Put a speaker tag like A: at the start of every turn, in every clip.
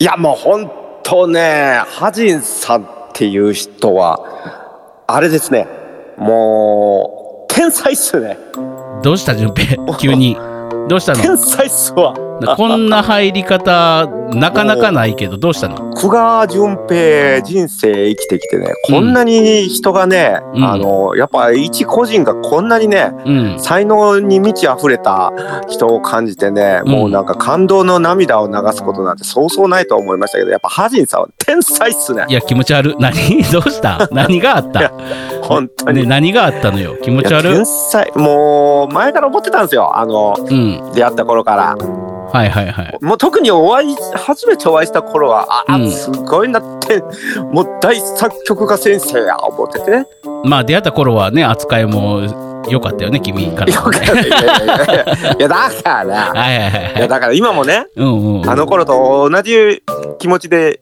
A: いやもう本当ね、ハジンさんっていう人は、あれですね、もう、天才っすね。
B: どうした順平急にどうした の
A: 天才っすわ。
B: こんな入り方なかなかないけどどうしたの
A: 久我淳平人生生きてきてね、こんなに人がね、
B: うん
A: あの、やっぱ一個人がこんなにね、
B: うん
A: 才能に満ち溢れた人を感じてね、
B: うん
A: もうなんか感動の涙を流すことなんてそうそうないと思いましたけど、やっぱハジンさんは天才っすね
B: い。や気持ち悪い何 どうした何があっ
A: いや
B: た、
A: 本当に。
B: ね、何があったのよ気持
A: い
B: ち
A: や
B: 悪い
A: 天才もう前から思ってたんですよあの
B: うん
A: 出会った頃から
B: はいはいはい
A: もう特にお会い初めてお会いした頃はあ、
B: うん
A: すごいなってもう大作曲家先生や思っててね
B: まあ出会った頃はね扱いも良かったよね君か
A: い
B: ら
A: や
B: はね
A: いやいやいやいやだから
B: はいはいはい
A: い
B: は
A: や
B: い
A: だから今もね
B: うんうん
A: あの頃と同じ気持ちで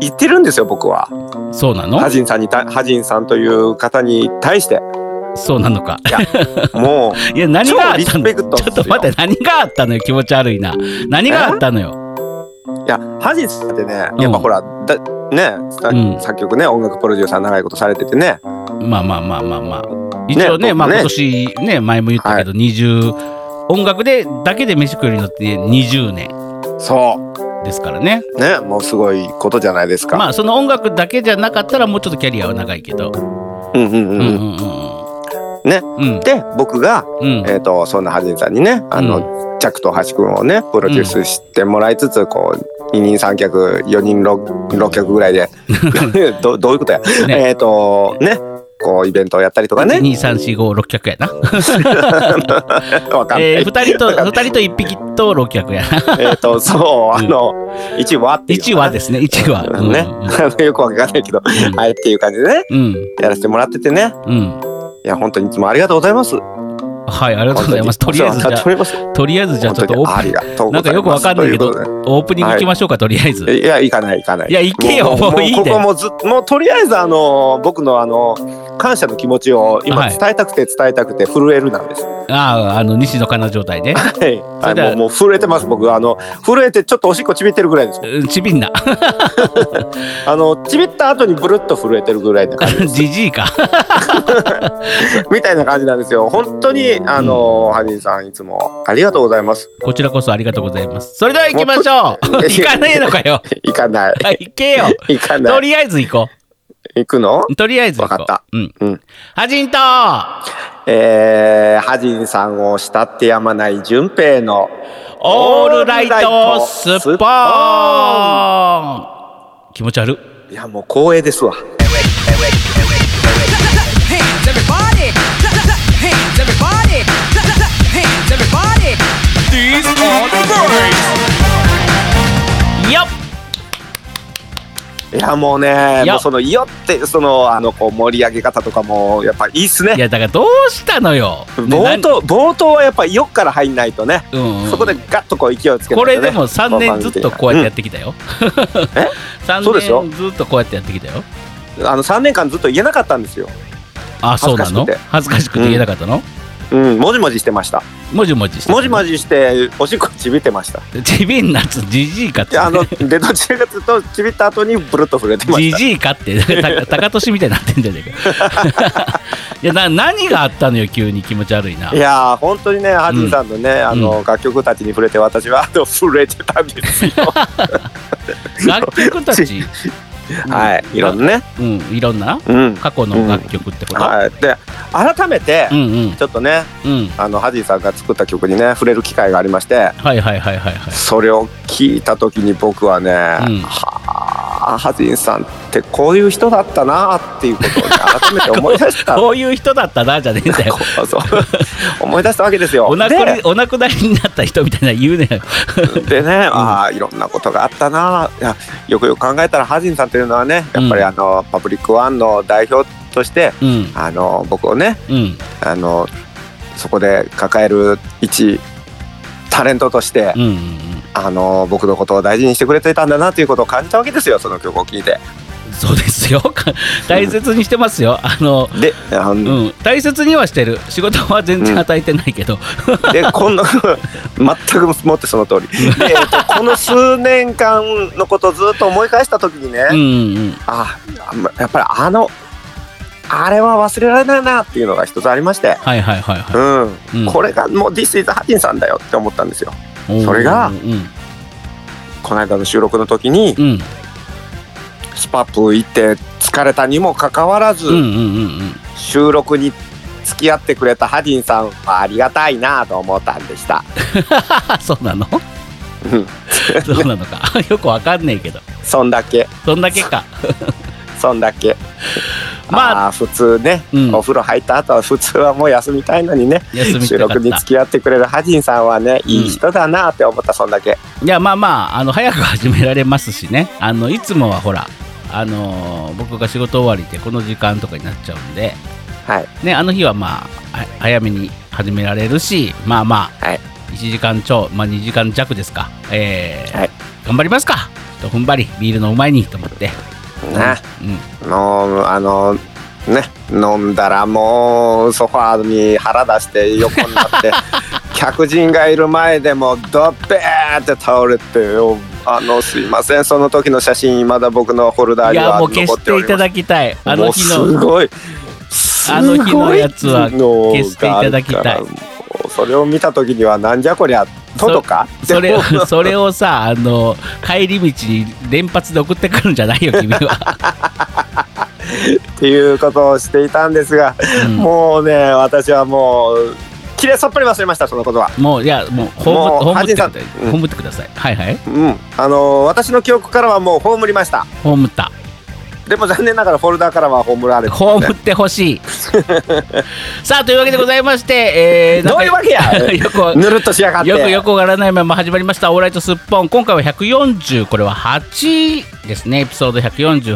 A: 言ってるんですよ僕は
B: そうなの
A: ハジンさんにたハジンさんという方に対して
B: そうなのか
A: も
B: いや何があった
A: 超リス
B: の
A: ペ
B: ち
A: クトですよ
B: ょっと待って何があったのよ気持ち悪いな何があったのよ
A: ういやハジンさんってねや
B: うん
A: っぱほら、だねさ
B: うん
A: 作曲ね音楽プロデューサー長いことされててね
B: まあまあまあまあまあ一応ね
A: ね
B: まあ
A: ね
B: 今年ね前も言ったけど20音楽でだけで飯食えるようになって20年
A: そう
B: ですからね
A: ね、もうすごいことじゃないですか。
B: まあその音楽だけじゃなかったらもうちょっとキャリアは長いけど
A: うんうんうん。
B: うんうん
A: うん
B: うんうん
A: ね
B: うん
A: で僕が、
B: うん
A: えー、とそんなはじんさんにねあの、ジャックと橋君をねプロデュースしてもらいつつ、こう二人三脚四人六六脚ぐらいで どどういうことや、
B: ね
A: えっ、とねこうイベントをやったりとかね
B: 12345 6脚やな、
A: わかんない、
B: え
A: え
B: ー、2 人と二人と1匹と6脚やな
A: っとそうあの一話っていう
B: 1話ですね1話う ん
A: ねあのよくわかんないけど、
B: ん
A: はいっていう感じでね
B: うん
A: やらせてもらっててね
B: うん
A: いや本当にいつもありがとうございますあ
B: はいありがとうございますとりあえずじ
A: お世話にな
B: ゃ
A: っております
B: あとりあえずじゃあ
A: 本当
B: ちょっと
A: に
B: オー
A: あ
B: プ
A: りがとう
B: ンな
A: ございます
B: んかよくわかんないけ
A: と
B: ど
A: うことで
B: オープニングいきましょうかとりあえず
A: いや、行かない、行かない。
B: いや行けよもういいで
A: ここもずっと、もうとりあえず、あの、僕の、あの、感謝の気持ちを今
B: はい
A: 伝えたくて伝えたくて震えるなん です。は
B: ああ、あの、西野カナ状態ね。
A: い。
B: そ
A: は、
B: れではい
A: もうもう震えてます、僕。あの、震えてちょっとおしっこちびってるぐらいです。
B: うんちびんな。
A: あの、ちびった後にブルッと震えてるぐらいな感じ
B: じじいか。
A: みたいな感じなんですよ。本当に、あの、ハジンさんいつもありがとうございます。
B: こちらこそありがとうございます。それでは行きまし ょう。
A: もう
B: 行かねえのか よ。
A: 行かない。
B: はい行けよ。
A: 行かな
B: と
A: い。
B: りあえず行こ
A: 行くの
B: う。とりあえず行こ
A: わ
B: う。
A: かった
B: うん。
A: うん。
B: はじんとー
A: えー、ハジンさんを慕ってやまない淳平の
B: オールライトスッポーン気持ち悪っ。
A: いや、もう光栄ですわ。
C: hands, everybody. Clap, clap, clap, hands, everybody. Clap, clap, clap, hands, everybody.
B: よっ
A: いやもうね
B: いや
A: もうその「よ」ってそのあのこう盛り上げ方とかもやっぱいいっす
B: い
A: ね
B: や、だからどうしたの よ。ね
A: 冒。頭冒頭はやっぱ「よ」から入んないとね、
B: 何うんうん。
A: そこでガッとこう勢いをつけないとね
B: これでも3年ずっとこうやってやってきたよ。
A: えそうですよ
B: 3年ずっとこうやってやってきたよ。
A: うんあの3年間ずっと言えなかったんですよ
B: あ、そうなの恥ずかしくて言えなかったの、
A: うんもじもじしてました
B: もじもじして。
A: もじもじしておしっこちびってました
B: じびんなつ、じじいかっ
A: い
B: て
A: や。あ の出どちらかというとちびった後にブルッと震えてま
B: じ
A: した
B: じい かって、たたかとしみたいになってんじゃねえか。いやな、何があったのよ、急に気持ち悪いな。
A: いやー本当にねハジンさんのね、あの楽曲たちに触れて私はあの震えてたんですよ
B: 楽曲たち、
A: はいいろんなね
B: うん、いろんな
A: うん
B: 過去の楽曲ってこと。
A: はいで改めて、
B: うんうん
A: ちょっとね
B: うん。
A: あのハジーさんが作った曲にね触れる機会がありまして
B: はいはいはいはいはい。
A: それを聞いた時に僕はね、
B: ん
A: はあハジンさんってこういう人だったなっていうことを、ね、改めて思い出した
B: こういう人だったな、じゃねえんだよ。
A: そう そう思い出したわけですよ。
B: お亡くなり
A: で
B: お亡くなりになった人みたいな言うね よ。
A: でね、ああいろんなことがあったないやよくよく考えたらハジンさんというのはねやっぱり
B: うん
A: あの、パブリックワンの代表として
B: うん。
A: あの僕をね
B: うん。
A: あのそこで抱える一タレントとして、
B: うんうんうん。
A: あの僕のことを大事にしてくれてたんだなということを感じたわけですよその曲を聴いて
B: そうですよ 大切にしてますよあの
A: で、あ
B: う
A: の
B: ん、大切にはしてる仕事は全然与えてないけど、
A: でこんな全くもってその通りで、えっと、この数年間のことをずっと思い返した時にね、
B: うんうん、
A: ああんまやっぱりあのあれは忘れられないなっていうのが一つありまして、
B: はいはいはいは
A: うん
B: い、うん、
A: これがもう「This is ハジンさんだよ」って思ったんですよ
B: おー
A: それが
B: うん
A: この間の収録の時に
B: うん
A: スパップ行って疲れたにもかかわらず、
B: うんうんうん うん
A: 収録に付き合ってくれたハディンさんはありがたいなと思ったんでした
B: あそうなの
A: うん
B: そうなのか よくわかんねえけど
A: そんだけ
B: そんだけか
A: そんだけ
B: まあ
A: ま あー普通ね、
B: うん
A: お風呂入った後は普通はもう休みたいのにね
B: 休み
A: 収
B: たか
A: 録
B: っ
A: に
B: た
A: 付き合ってくれるハディンさんはねいい人だなって思ったそんだけ、
B: いやまあまああの早く始められますしねあのいつもはほらあのー僕が仕事終わりでこの時間とかになっちゃうんで、
A: はい
B: ね、あの日はまあは早めに始められるしまあまあ、
A: はい
B: 1時間超、まあ、2時間弱ですか、えー
A: はい
B: 頑張りますかちょっと踏ん張りビールのうまいにと思って、
A: ね
B: うん、
A: もうあのね飲んだらもうソファーに腹出して横になって 客人がいる前でもドッペーって倒れてよあのすいませんその時の写真まだ僕のホルダー
B: い
A: に
B: や
A: は
B: もう消
A: 残っ
B: して
A: お
B: て
A: り
B: いた
A: ます
B: だきたいあの日
A: もうす
B: の
A: ごい
B: あの日のやつは消していただきた
A: すごのがあるか
B: い
A: らもうそれを見た時にはなんじゃこりゃととか
B: それ
A: で
B: を
A: も
B: それをさあの帰り道に連発で送ってくるんじゃないよ君は、
A: っていうことをしていたんですが、
B: うん
A: もうね私はもうきれいさっぱり忘れましたそのことは。
B: もういやもうホ
A: もう
B: ームホームって
A: 恥さ
B: ください、
A: うん
B: ホームってくださいはいはい
A: うん、あのー私の記憶からはもう葬りました
B: ホームった
A: でも残念ながらフォルダーからは葬られて
B: ホームってほ しいさあというわけでございまして、えー、
A: どういうわけ や
B: よく
A: ぬるっとしやがって
B: よくよくわからないまま始まりました「オーライトスッポン」今回は140これは8ですねエピソード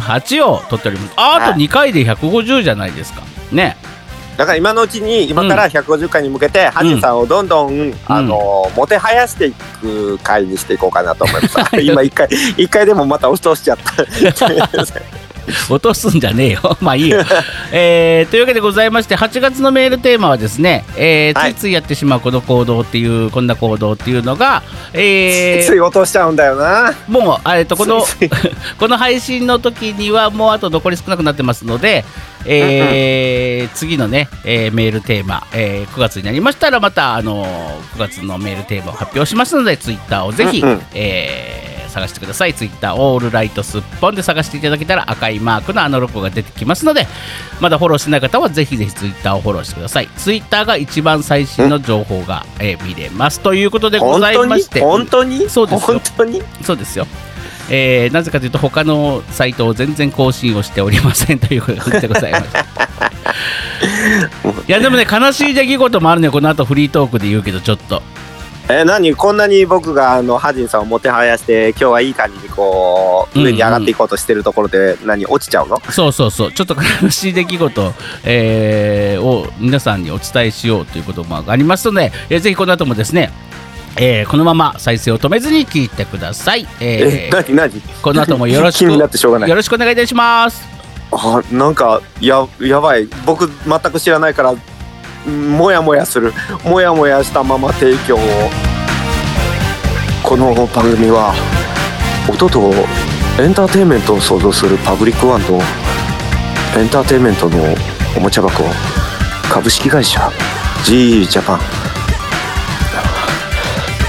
B: 148を撮っておりますああと
A: はい
B: 2回で150じゃないですかね
A: だから今のうちに今から150回に向けて、ハジンさんをどんどん、あのーもてはやしていく回にしていこうかなと思います 今一回一回でもまた押し通しちゃった
B: 落とすんじゃねえよ。 まあいい よ。えーというわけでございまして、8月のメールテーマはですね、えー
A: はい
B: ついついやってしまうこの行動っていう、こんな行動っていうのが、え
A: つい落としちゃうんだよな
B: ーもう、あえっと、この
A: ついつい
B: この配信の時にはもうあと残り少なくなってますので、えー次のね、えーメールテーマ、えー9月になりましたらまた、あのー9月のメールテーマを発表しますのでツイッターをぜひ、
A: うんうん
B: えー探してくださいツイッターオールライトすっぽんで探していただけたら赤いマークのあのロゴが出てきますのでまだフォローしてない方はぜひぜひツイッターをフォローしてくださいツイッターが一番最新の情報が、えー見れますということでご
A: 本
B: ざい
A: 当
B: ま
A: に
B: して
A: 本当に
B: そうですよ
A: 本当に
B: そうですよ。えーなぜかというと他のサイトを全然更新をしておりませんということでございま した。いやでもね悲しい出来事もあるねこの後フリートークで言うけどちょっと
A: え何こんなに僕があのハジンさんをもてはやして今日はいい感じにこう上に上がっていこうとしてるところで、何落ちちゃうの
B: そうそうそうちょっと悲しい出来事、えーを皆さんにお伝えしようということもありますので、えーぜひこの後もですね、えーこのまま再生を止めずに聞いてください。え
A: え
B: ー
A: 何何
B: この後 もよろし
A: 気
B: く
A: になってしょうがない
B: よろしくお願いいたします。
A: あなんかややばい僕全く知らないからうんもやもやするもやもやしたまま提供をこの番組は音とエンターテインメントを創造するパブリックワンとエンターテインメントのおもちゃ箱株式会社 GE ジャパン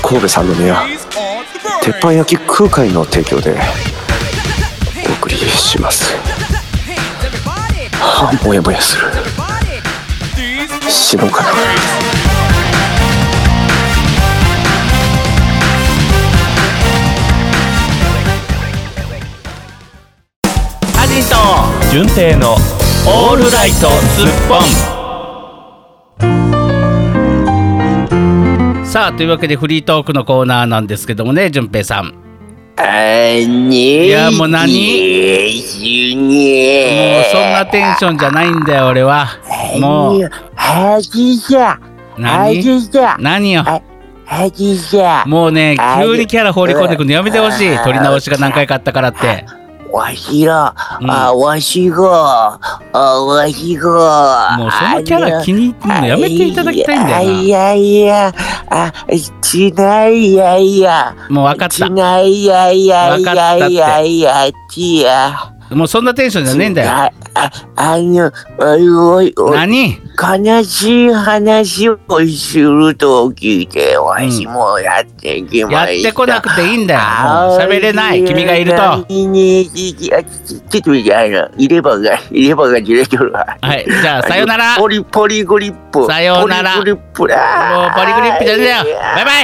A: 神戸三宮鉄板焼き空海の提供でお送りします。はあ、もやもやする死のうかな
B: アジト
D: 純正の
B: オールライトズッポンさあというわけでフリートークのコーナーなんですけどもね順平さんも
A: えに
B: いやもう何
A: に
B: うそんなテンションじゃないんだよ俺はもう
A: はじじゃは
B: 何
A: じじゃ
B: 何よ
A: はじじゃ
B: もうね
A: あ
B: 急にキャラ放り込んでくるのやめてほしい
A: あ
B: 取り直しが何回かあったからって
D: わしら、
B: うん
D: あ、わしが、あ、わしが、
B: もうそのキャラ気に入ってんのやめていただきたいんだ
D: あい
B: よ
D: やいや、あ、しないやいや、
B: な。もう分かっ。
D: したないやいやいやいやいや、ちや。
B: もうそんなテンションじゃねえんだよ。
D: あ、あ、あの、あの、お
B: 何
D: 悲しい話をすると聞いて、わしもやってきました。
B: やってこなくていいんだよ。もう喋れない。君がいると。は
D: ちょっといないな。入れ歯が、入れ歯がずれてるわ。
B: い。じゃあ、さよなら。も
D: ポ
B: う
D: リポリグリップ。
B: さよなら
D: ポリグリップだ。
B: パリグリップじゃねえよ。バイバ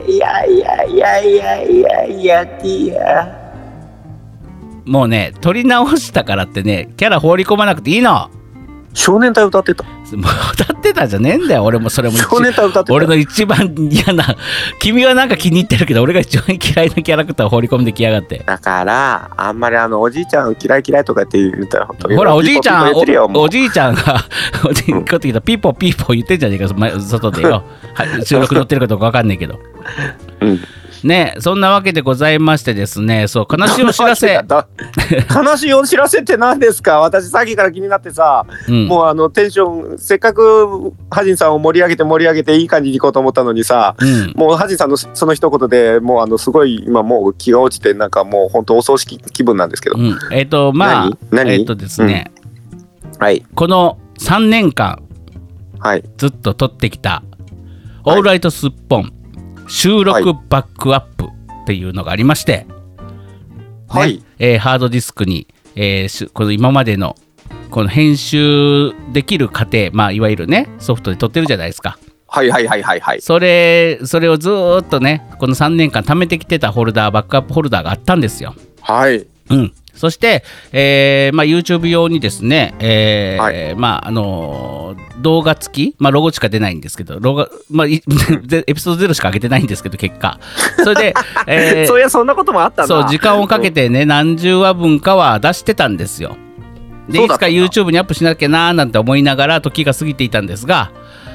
B: イ。
D: イ。いやいやいやいやいやいやいや。
B: もうね、撮り直したからってね、キャラ放り込まなくていいの。
A: 少年隊歌 ってた
B: もう歌ってたじゃねえんだよ。俺もそれも一
A: 少年隊歌ってた
B: 俺の一番嫌な、君はなんか気に入ってるけど、俺が一番嫌いなキャラクターを放り込んできやがって。
A: だからあんまりあのおじいちゃんを嫌い嫌いとかって言うたら本当に
B: ほら、おじいちゃん、
A: ピーポーピーポー言ってるよ
B: お
A: もう
B: おじいちゃんが、おじいこってきたピーポーピーポー言ってんじゃねえか、前外で よ。はい収録乗ってるかどうかわかんないけど。
A: うん
B: ねそんなわけでございましてですね、そう、 悲しいお知 らせ。
A: だ悲しいお知らせって何ですか私さっきから気になってさ、
B: うん、
A: もうあのテンションせっかくハジンさんを盛り上げて盛り上げていい感じにいこうと思ったのにさ
B: うん。
A: もうハジンさんのその一言でもうあのすごい今もう気が落ちてなんかもう本当お葬式気分なんですけど、
B: うん、えっ、と、まあ、
A: 何何
B: えっ、とですね、
A: はい
B: この3年間、
A: はい
B: ずっと撮ってきた、
A: はい
B: オールライトすっぽん収録バックアップっていうのがありまして、
A: はい
B: ねえーハードディスクに、えーしこの今までのこの編集できる過程、まあ、いわゆるねソフトで撮ってるじゃないですか
A: はいはいはいはいはい
B: それそれをずーっとねこの3年間貯めてきてたホルダーバックアップホルダーがあったんですよ、
A: はい
B: うん、そして、えーまあ、YouTube 用にですね、えー
A: は
B: まああのー動画付き、まあ、ロゴしか出ないんですけどロゴ、まあ、い でエピソード0しか上げてないんですけど結果それで、えー
A: そういやそんなこともあったな
B: そう時間をかけてね何十話分かは出してたんですよで
A: そ
B: いう
A: だ
B: つ
A: っ
B: か
A: た
B: YouTube にアップしなきゃなーなんて思いながら時が過ぎていたんですが、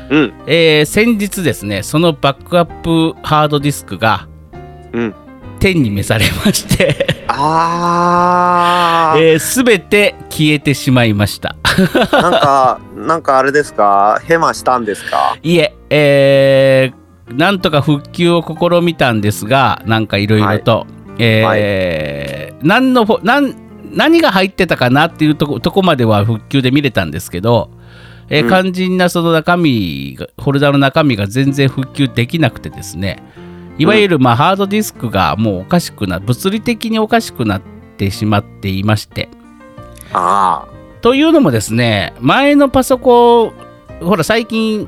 A: うん
B: えー先日ですねそのバックアップハードディスクが
A: うん
B: 天に召されまして、
A: あー
B: えー、全て消えてしまいました
A: なんか、なんかあれですか、ヘマしたんですか。
B: いえ、えーなんとか復旧を試みたんですが、なんかいろいろと、えー何のフォ何何が入ってたかなっていうとことこまでは復旧で見れたんですけど、えー
A: うん
B: 肝心なその中身が、ホルダーの中身が全然復旧できなくてですね、いわゆるまあハードディスクがもうおかしくな、物理的におかしくなってしまっていまして、
A: あ
B: というのもですね前のパソコンほら最近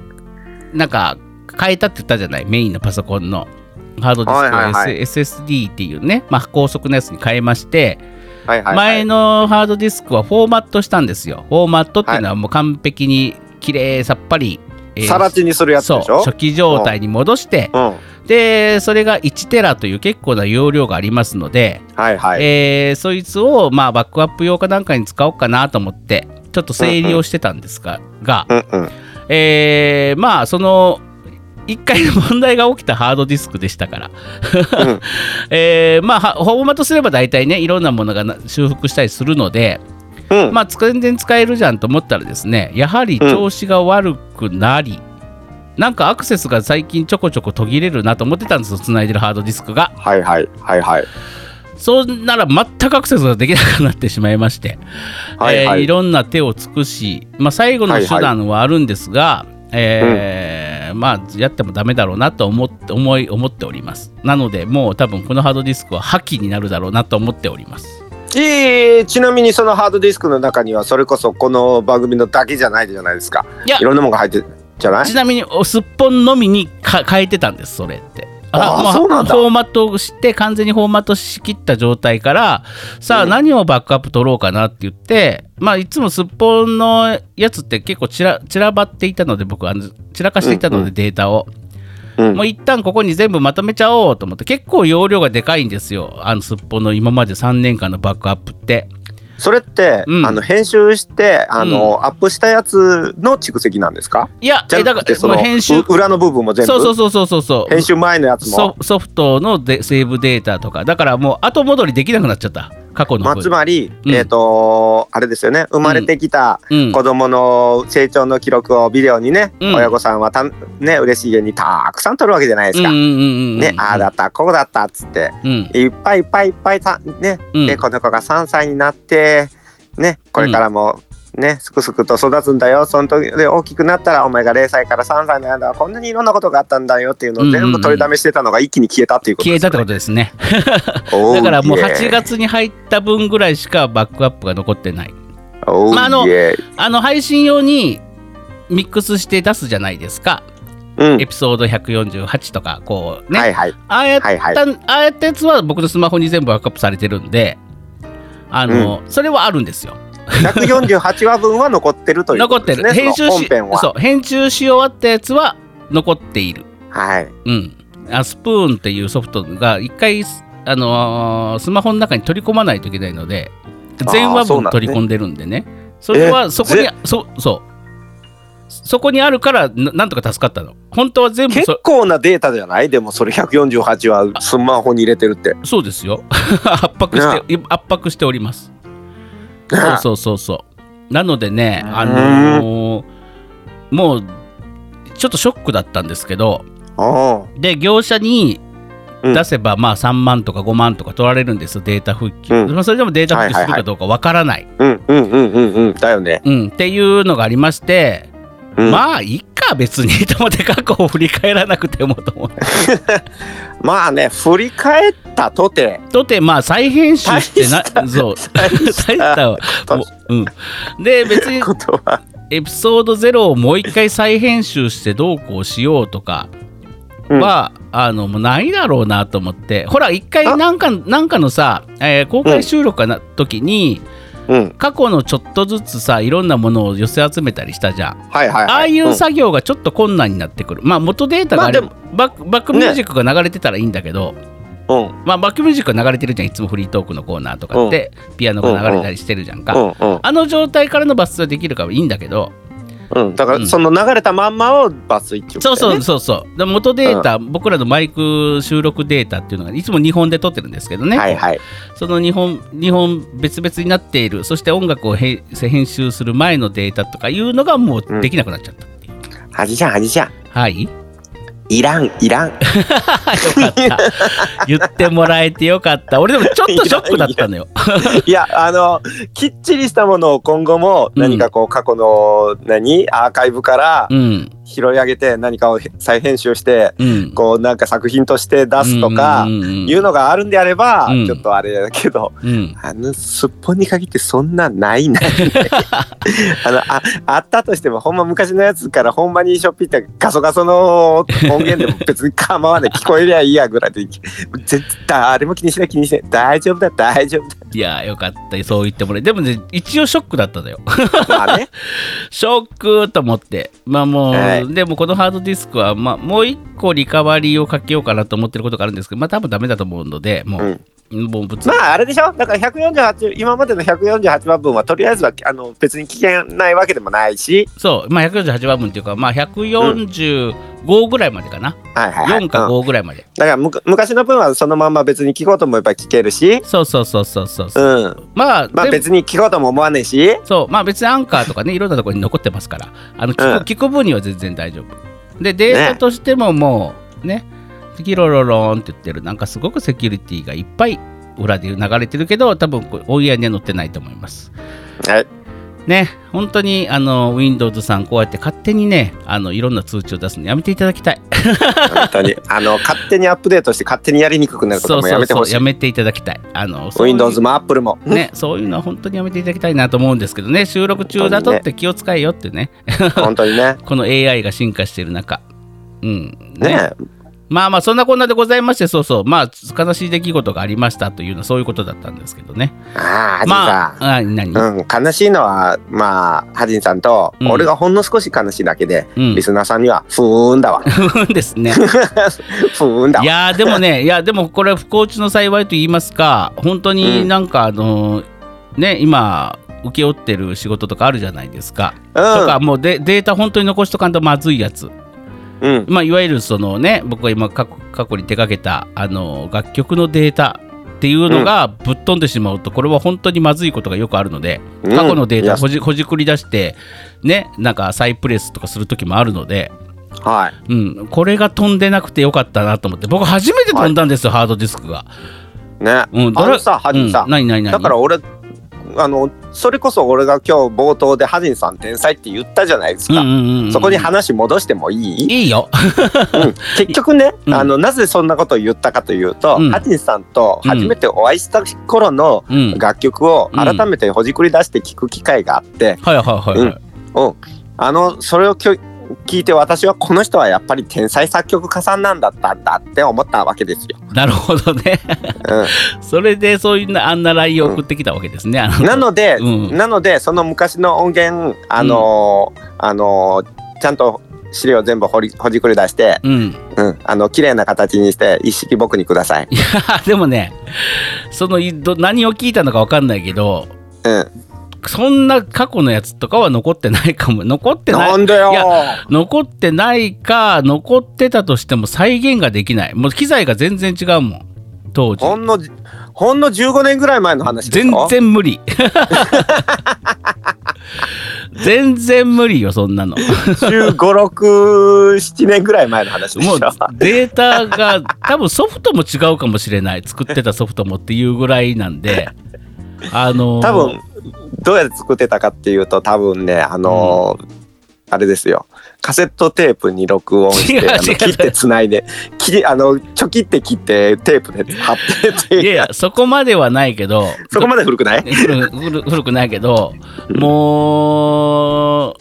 B: なんか変えたって言ったじゃないメインのパソコンのハードディスクを
A: はいはいはい
B: S- SSD っていうね、まあ、高速のやつに変えまして、
A: あ、はいはい、
B: 前のハードディスクはフォーマットしたんですよフォーマットっていうのはもう完璧に綺麗さっぱり、えー
A: さら地にするやつ
B: そう
A: でしょ
B: 初期状態に戻して
A: うん、
B: でそれが1テラという結構な容量がありますので、
A: はいはい。
B: えーそいつを、まあ、バックアップ用かなんかに使おうかなと思ってちょっと整理をしてたんですが,、が
A: うんうん。
B: えーまあその1回の問題が起きたハードディスクでしたから、
A: ん
B: えーまあはフォーマットすれば大体ねいろんなものがな修復したりするので、
A: うん、
B: まあ、全然使えるじゃんと思ったらですねやはり調子が悪くなり、なんかアクセスが最近ちょこちょこ途切れるなと思ってたんですよ繋いでるハードディスクが
A: はいはいはいはい。
B: そうなら全くアクセスができなくなってしまいまして、
A: はいは
B: えー
A: い。
B: いろんな手を尽くし、まあ、最後の手段はあるんですが、えーまあ、やってもダメだろうなと思って思い思っております。なので、もう多分このハードディスクは破棄になるだろうなと思っております。
A: えーちなみにそのハードディスクの中にはそれこそこの番組のだけじゃないじゃないですか。
B: いや
A: いろんなものが入ってるじゃない
B: ち？なみに、おすっぽんのみにか変えてたんです、それって。
A: あー
B: も
A: そうなんだ
B: フォーマットをして、完全にフォーマットしきった状態から、さあ、
A: うん
B: 何をバックアップ取ろうかなって言って、まあ、いつもすっぽんのやつって結構散ら散らばっていたので、僕はあの散らかしていたので、
A: うんう
B: データを。
A: うん
B: もう一旦ここに全部まとめちゃおうと思って、結構容量がでかいんですよ、あのすっぽんの今まで3年間のバックアップって。
A: それって、
B: うん
A: あの編集してあの、アップしたやつの蓄積なんですか？
B: いや、
A: じゃ
B: え
A: な
B: だか
A: くて
B: ら、
A: そ
B: もう
A: の
B: 編集
A: う、裏の部分も全部。
B: そうそうそうそうそうそう。
A: 編集前のやつも
B: ソソフトのでセーブデータとかだからもう後戻りできなくなっちゃった過去の
A: まあ、
B: 分
A: つまり、
B: うん
A: えっ、とあれですよね生まれてきた
B: うん
A: 子供の成長の記録をビデオにね、
B: うん
A: 親御さんはたんね嬉しげにたくさん撮るわけじゃないですか。
B: うんうんうんうん
A: ね、ああだったこうだったっつって
B: うん
A: いっぱいいっぱいいっぱいたね、
B: うん
A: でこの子が3歳になってねこれからもねすくすくと育つんだよその時で大きくなったらお前が0歳から3歳の間はこんなにいろんなことがあったんだよっていうの
B: う
A: を
B: んうんうん
A: 全部取りだめしてたのが一気に消えたっていうこと
B: 消
A: で
B: え
A: す
B: た
A: よ
B: ってことですね。
A: おー
B: だからもう
A: イエーイ
B: 8月に入った分ぐらいしかバックアップが残ってない。
A: おー
B: まああの
A: イエーイ
B: あの配信用にミックスして出すじゃないですか。
A: うん
B: エピソード148とか、こうね。
A: はいはい
B: ああやった、
A: はいはい
B: ああやったやつは僕のスマホに全部バックアップされてるんで、あの、それはあるんですよ。
A: 148話分は残ってるという
B: 残
A: こ
B: っ
A: とで
B: て
A: すね
B: る。編
A: そ
B: 集
A: の
B: し
A: 本編は
B: そう編集し終わったやつは残っている。
A: はい
B: うん。あスプーンっていうソフトが一回、あのースマホの中に取り込まないといけないので、全話
A: そう
B: 分
A: なんだ
B: 取
A: ね
B: り込んでるんでね。それはそこに
A: ぜ、
B: そそう。そこにあるからななんとか助かったの。本当は全部そ
A: 結構なデータじゃないでもそれ148話スマホに入れてるって
B: そうですよ。 圧迫
A: なあ
B: して、圧迫しております。
A: な あ
B: そうそうそうそう。なのでね、
A: うん
B: あのーもう、ちょっとショックだったんですけど、
A: おー
B: で、業者に
A: うん
B: 出せば、まあ3万とか5万とか取られるんですよ、データ復帰。
A: うん
B: まあそれでもデータ復帰
A: はいはい
B: する
A: はい
B: かどうかわからない,、
A: うんうんうんうんうんだよね
B: うん。っていうのがありまして、
A: うん
B: まあ、いっか、別に、 と思って過去を振り返らなくてもと思って。
A: まあね振り返ったとて
B: とて、まあ、再編集してな、そう、
A: 大
B: 大したわ
A: と
B: もううん。で、別に、
A: ことは
B: エピソード0をもう一回再編集してどうこうしようとかは、あのもうないだろうなと思ってほら一回
A: あ
B: なんかなんかのさ、えー公開収録かな、時に
A: うん
B: 過去のちょっとずつさいろんなものを寄せ集めたりしたじゃん、
A: はいはい、はい、
B: ああいう
A: さ、
B: 作業がちょっと困難になってくるまあ元データがあれ、
A: まあ
B: バックバックミュージックが流れてたらいいんだけど、
A: うん、うん
B: まあ、バックミュージックが流れてるじゃんいつもフリートークのコーナーとかって、ピアノが流れたりしてるじゃんか、
A: うん
B: あの状態からの抜粋はできるからいいんだけど、
A: うんだから、
B: うん
A: その流れたまんまを抜粋っていうこと
B: そう
A: だよね
B: そうそうそう。で元データ、僕らのマイク収録データっていうのがいつも日本で撮ってるんですけどね。
A: はいはい
B: その日本日本別々になっている、そして音楽を編編集する前のデータとかいうのがもうできなくなっちゃったっていう。
A: 恥じゃん恥じゃん
B: はい。よ
A: いらんいらん
B: か った。言ってもらえてよかった。俺でもちょっとショックだったのよ。
A: いやあのきっちりしたものを今後も
B: うん
A: 何かこう過去の何アーカイブから
B: うん
A: 拾い上げて何かを再編集して
B: うん。
A: こうなんか作品として出
B: 出
A: すとかいうのがあるんであれば
B: うん
A: ちょっとあれだけど
B: うん。
A: あのすっぽんに限ってそんなんない ないあのああったとしてもほんま昔のやつからほんまにしょっぴってガソガソの音源でも別に構わない聞こえりゃいいやぐらいで絶対あれも気にしない気にしない大丈夫だ大丈夫
B: いやよかった。そう言ってもらえて。でもね、一応ショックだったのよ。
A: だま あね
B: ショックと思って、まあもう、
A: はい
B: でもこのハードディスクは、まあ、もう一個リカバリーをかけようかなと思ってることがあるんですけど、まあ多分ダメだと思うので、もう、もうぶつ、
A: まああれでしょだから148今までの148話分はとりあえずはあの別に聞けないわけでもないし
B: そう、まあ148番分っていうか、まあ145ぐらいまでかな、
A: はいはい、はい、
B: 4か
A: うん
B: 5ぐらいまで。
A: だからむ昔の分はそのまんま別に聞こうと思えば聞けるし
B: そうそうそうそうそう。
A: うん
B: まあ、
A: まあ
B: でも
A: 別に聞こうとも思わねえし
B: そう、まあ別にアンカーとかね、 いろんなところに残ってますから、あの聞く,、
A: うん
B: 聞く分には全然大丈夫。で、データ
A: ね
B: としてももうね、キロロローンって言ってる、なんかすごくセキュリティがいっぱい裏で流れてるけど、多分これオンエアには載ってないと思います。
A: はい
B: ね、本当にあの Windows さん、こうやって勝手にね、あのいろんな通知を出すのやめていただきたい。
A: 本当に あの勝手にアップデートして勝手にやりにくくなることもやめてほしい
B: やめていただきたい。あのそういう
A: Windows も Apple も
B: ね、そういうのは本当にやめていただきたいなと思うんですけどね、収録中だとって気を使えよってね。
A: 本当にね
B: この AI が進化している中。うん。 ね。
A: ね
B: まあまあ、そんなこんなでございまして、そうそう、まあ、悲しい出来事がありましたというのは、そういうことだったんですけどね。
A: ああ
B: ま
A: ハジン
B: あ、あ何、
A: さん、うん、悲しいのはまあハジンさんと、
B: うん
A: 俺がほんの少し悲しいだけで、
B: うん
A: リ。スナーさんにはふーん だわ
B: ですね。
A: ふーん だわ
B: いやー、でもね、いや、でもこれ、不幸中の幸いと言いますか、本当になんか、あのーね、今、請け負ってる仕事とかあるじゃないですか。とか、もうデデータ本当に残しとかんとまずいやつ。
A: うんうん
B: まあ、いわゆるそのね僕が今過去過去に手掛けたあの楽曲のデータっていうのがぶっ飛んでしまうと、これは本当にまずいことがよくあるので、
A: うん
B: 過去のデー
A: い
B: タ
A: や
B: をほじほじくり出して、ね、なんか再プレスとかする時もあるので、
A: はい。
B: うん、これが飛んでなくてよかったなと思って、僕、初めて飛んだんですよ、ハードディスクが。
A: ね、
B: うん、
A: あのさ、ハジンさ
B: うん、何何何
A: だから俺あのそれこそ俺が今日冒頭でハジンさん天才って言ったじゃないですか、
B: うんうんうんうん
A: そこに話戻してもいい、
B: いいよ。
A: うん結局ね、
B: うん
A: あのなぜそんなことを言ったかというと、
B: うん
A: ハジンさんと初めてお会いした頃の
B: うん、
A: 楽曲を改めてほじくり出して聴く機会があって、
B: はいはいはいはい。
A: うん、あのそれをきょ聞いて私はこの人はやっぱり天才作曲家さんなんだったんだって思ったわけですよ。
B: なるほどね。 それでそういうなあんな LINE を送ってきたわけですね。あ
A: うん、なので、
B: うん
A: なのでその昔の音源あのーあのーちゃんと資料全部ほりほじくり出して、
B: うん、
A: うん、あの綺麗な形にして一式僕にください。
B: でもねそのいど何を聞いたのかわかんないけど
A: うん、
B: そんな過去のやつとかは残ってないかも残ってない
A: なんでよ
B: いや残ってないか残ってたとしても再現ができないもう機材が全然違うもん当時
A: ほんのほんの15年ぐらい前の話でし
B: 全
A: ょ
B: 然無 理全然無理よそんなの
A: 1 5 6 7年ぐらい前の話でし
B: も
A: ょ
B: うデータが多分ソフトも違うかもしれない作ってたソフトもっていうぐらいなんであのー
A: 多分どうやって作ってたかっていうと多分ねあのーあれですよカセットテープに録音し
B: 違う
A: てあの
B: 違う
A: 切ってつないで切りあのちょきって切ってテープで貼ってっていう
B: いや いやそこまではないけど
A: そこまで古くない
B: 古古古くないけどもう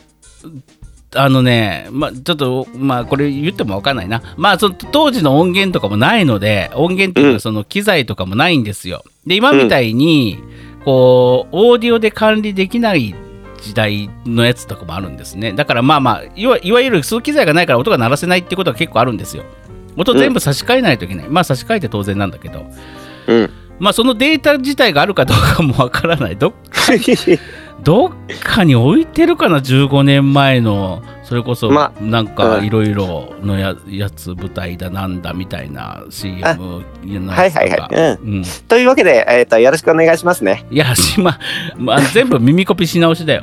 B: あのね、まあ、ちょっと、まあ、これ言ってもわかんないな、まあ、その当時の音源とかもないので音源っていうの
A: う
B: は
A: ん
B: その機材とかもないんですよ。で今みたいにこうオーディオで管理できない時代のやつとかもあるんですねだからまあまあいわいわゆるその機材がないから音が鳴らせないっていうことが結構あるんですよ。音全部差し替えないといけない、まあ差し替えて当然なんだけど。
A: うん
B: まあそのデータ自体があるかどうかもわからないどっ どっかに置いてるかな15年前のそれこそ
A: ま
B: なん
A: う
B: か
A: ん
B: いろいろのややつ舞台だなんだみたいな CM
A: あ
B: の
A: は
B: や
A: い
B: つ
A: はい
B: とか
A: はい、うん、
B: うん、い
A: というわけで、えー、とよろしくお願いしますね
B: やしま、まあ、全部耳コピし直しだよ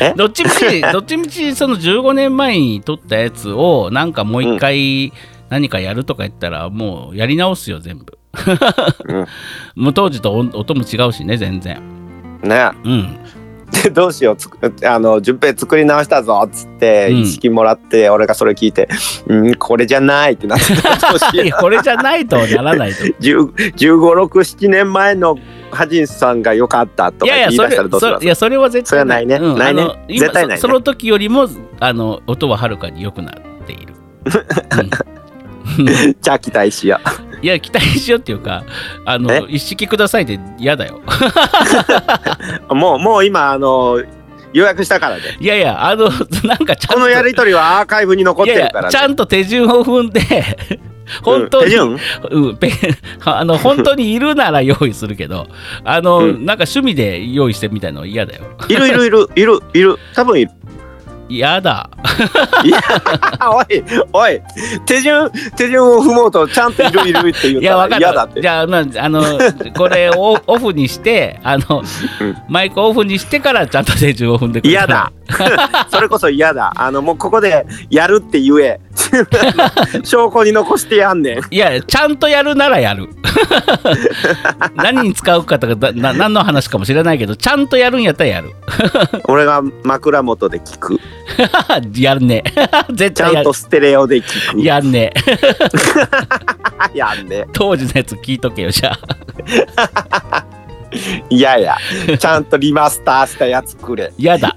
A: え
B: どっち みちどっちみちその15年前に撮ったやつをなんかもう一回何かやるとか言ったらもうやり直すよ全部
A: うん
B: もう当時と音音も違うしね全然
A: ね
B: うん
A: でどうしようつくあの順平作り直したぞっつって
B: うん
A: 一式もらって、俺がそれ聞いて「うんこれじゃない」ってな ってたらどうしよう
B: いやこれじゃないとはな らないと。い
A: 1 5 6 7年前のハジンさんが良かったとか
B: や
A: 言い
B: い
A: 出
B: やそ
A: したらど
B: れ
A: うしま
B: そ
A: す
B: いやそれは絶対
A: それはないね
B: うん
A: ないね
B: あの今
A: 絶対ないね
B: そその時よりもあの音ははるかに良くなっている。 うん
A: じゃあ期待しよ
B: いや期待しようっていうかあ
A: え
B: の一式くださいって嫌だよ。
A: う もうもう今あの予約したからね
B: いやいやあの なんかちゃ
A: こ
B: ん
A: とのやり取りはアーカイブに残っ
B: い
A: て
B: やい
A: る
B: や
A: から、ね、
B: ちゃんと手順を踏んで
A: うん
B: 本当
A: 手
B: に、
A: 順
B: うん、ペン あの本当にいるなら用意するけどあの、
A: うん
B: なんか趣味で用意してみたいの嫌だよ。
A: いるいるいる いるいる多分いる
B: 嫌だ。
A: いや おいおい手順手順を踏もうとちゃんといるいるって言っ
B: いや、
A: た
B: わからる
A: 嫌だって
B: じゃあ、まあ、あの、これ をオフにして、あの、
A: うん
B: マイクオフにしてから、ちゃんと手順を踏んでくれ
A: 嫌だ。 それこそ嫌だあのもうここでやるって言 え証拠に残してやんねん
B: いや、ちゃんとやるなら やる。何に使うかとか、だな何の話かもしれないけど、ちゃんとやるんやったらやる。
A: 俺が枕元で聞く
B: やるね。絶
A: ちゃ
B: 対や
A: ん
B: る
A: と。ステレオで聞く
B: やんね。
A: あやんね
B: 当時のやつ聞いとけよ、じゃあ。
A: いやいやちゃんとリマスターしたやつくれ
B: 嫌だ。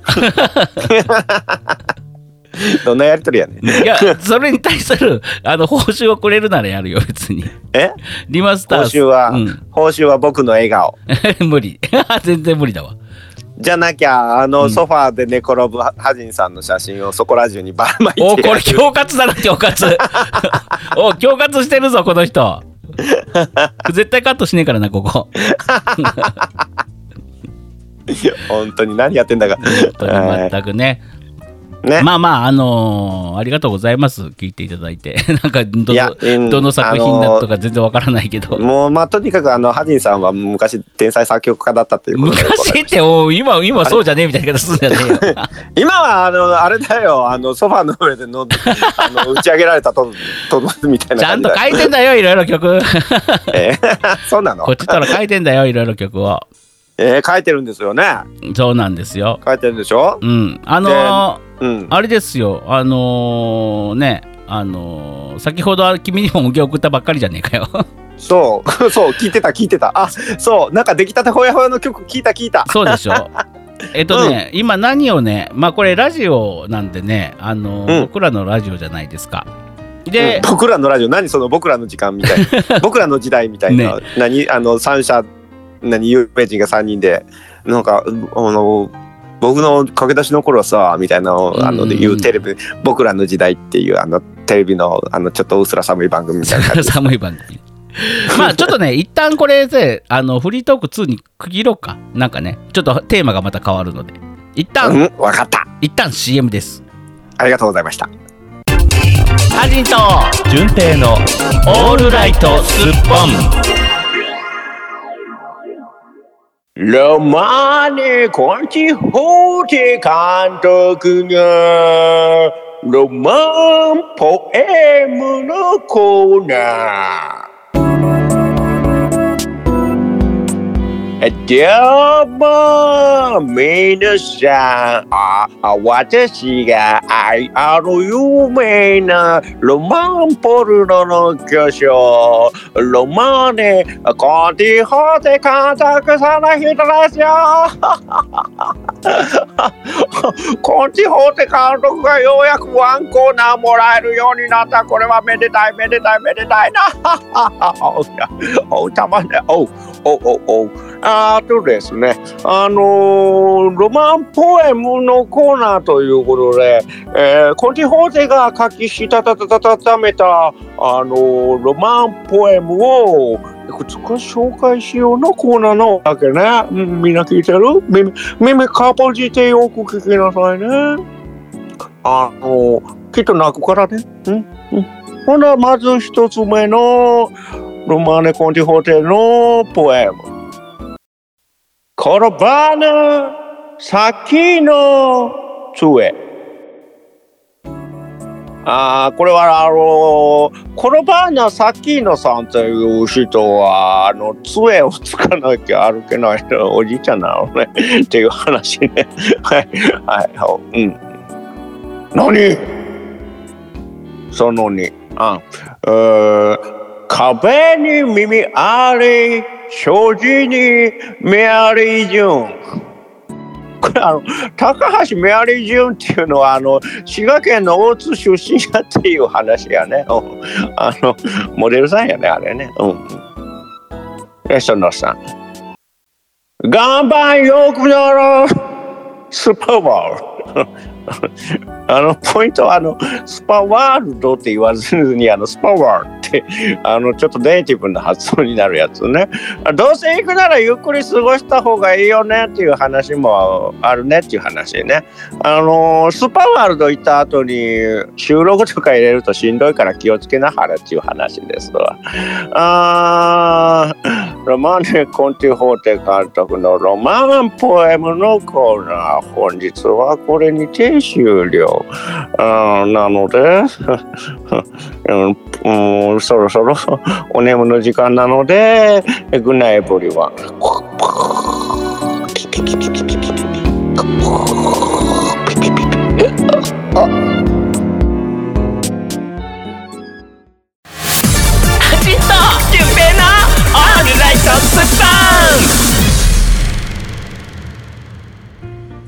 A: どんなやりとり やねん
B: いや、それに対する、 あの、報酬をくれるならやるよ、別に。
A: え
B: リマスター。
A: 報酬は、
B: うん。
A: 報酬は僕の笑顔
B: 無理。全然無理だわ。
A: じゃなきゃあの、
B: うん
A: ソファーで寝転ぶはハジンさんの写真をそこら中にばらまいて
B: おこれ恐喝だな恐喝 お恐喝してるぞこの人 絶対カットしねえからなここ
A: 本当に何やってんだか
B: 本当に全くね
A: ね。
B: まあまあ、あのーありがとうございます。聞いていただいて。 なんかど
A: いやうん
B: の、どの作品だとか全然わからないけど。
A: もうまあとにかくあのハジンさんは昔天才作曲家だったということで
B: 昔って、おう今、今そうじゃねえみたいな言い方するんじゃ ねえよ。
A: 今はあのあれだよあのソファーの上でのあの打ち上げられたととみたい
B: ち
A: な
B: ゃん
A: 感じ
B: と
A: だ
B: 書いて んだよ、いろいろ曲。
A: えーそうなの
B: こっちとら書いてんだよ、いろいろ曲を。
A: えー書いてるんですよね
B: そうなんですよ。
A: 書いてるでしょ
B: うん。あのー
A: うん
B: あれですよ、あのーね、あのー先ほど君にも向け送ったばっかりじゃねえかよ。
A: そう そう聞いてた聞いてたあそうなんか出来たてほやほやの曲聞いた聞いた
B: そうでしょ。えっとね、今何をね、まあこれラジオなんでね、あのー
A: うん
B: 僕らのラジオじゃないですか。で、
A: うん僕らのラジオ何その僕らの時間みたいな 僕らの時代みたいな、何あの三社何有名人が3人でなんかうんあの僕の駆け出しの頃さみたいなのをあの
B: うんうんうん
A: いうテレビ「僕らの時代」っていうあのテレビのあのちょっとうっすら寒い番組みたいな感じ
B: 寒い番組。まあちょっとね、一旦これで、あの、フリートーク2に区切ろうか。なんかね、ちょっとテーマがまた変わるので。一
A: う
B: 旦、
A: んわかった
B: 一旦 CM です。
A: ありがとうございました
B: ハジンと、純平のオールライトスッポン。
A: ロマネ・コンチホーテ監督がロマン・ポエムのコーナーどうも皆さんああ私が愛ある有名なロマンポルノの巨匠ロマーネコンティホーテ監督さんの人ですよ コンティホーテ監督がようやくワンコーナーもらえるようになったこれはめでたいめでたいめでたいな おたまねおうおうおうおうあとですねあのーロマンポエムのコーナーということで、えーコンティホーテが書きしたたたたたためたあのロマンポエムをいくつか紹介しようのコーナーなわけね。うんみんな聞いてる耳、耳かぼじてよく聞きなさいね。あの、きっと泣くからね。うん、うん。ほな、まず一つ目のロマネ・コンティホテルのポエム。転ばぬ先の杖。あーこれはあのーコロバーニャ・サキーノさんという人はあの杖をつかなきゃ歩けないおじいちゃんなのねっていう話ね はいはいおうん何その2あえー壁に耳あり障子にメアリー・ジュンこれあの高橋メアリー・ジュンっていうのはあの滋賀県の大津出身やっていう話やね、うんあのモデルさんやねあれねうんでそのさ岩盤よくやろうスーパーワール ドあのポイントはあのスパワールドって言わずにあのスパワールドってあのちょっとネイティブな発音になるやつね どうせ行くならゆっくり過ごした方がいいよねっていう話もあるねっていう話ねあのースパワールド行った後に収録とか入れるとしんどいから気をつけなはれっていう話ですわ。あーロマーネ・コンティ・ホーテ監督のロマン・ポエムのコーナー本日はこれにて終了あーなので、 うんうん、そろそろお眠の時間なのでグナイブリワン。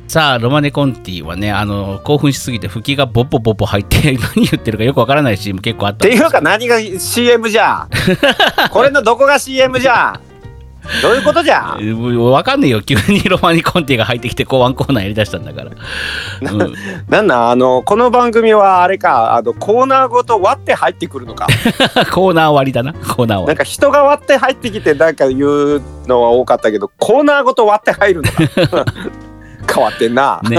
B: さあロマネ・コンティはねあの興奮しすぎて吹きがボッポボッポ入って 何言ってるかよくわからない CM 結構あっ
A: ったて
B: んで
A: い
B: す
A: うか何が CM じ ゃこれのどこが CM じゃどういうことじゃ
B: えーわかんねえよ急にロマネ・コンティが入ってきて公安コーナーやりだしたんだから、うん
A: なんなんあのこの番組はあれかあのコーナーごと割って入ってくるの か
B: コーナー割りだなコー
A: な
B: ナー
A: ん
B: 割
A: か人が割って入ってきてなんか言うのは多かったけどコーナーごと割って入るのか変わってんな。
B: ね、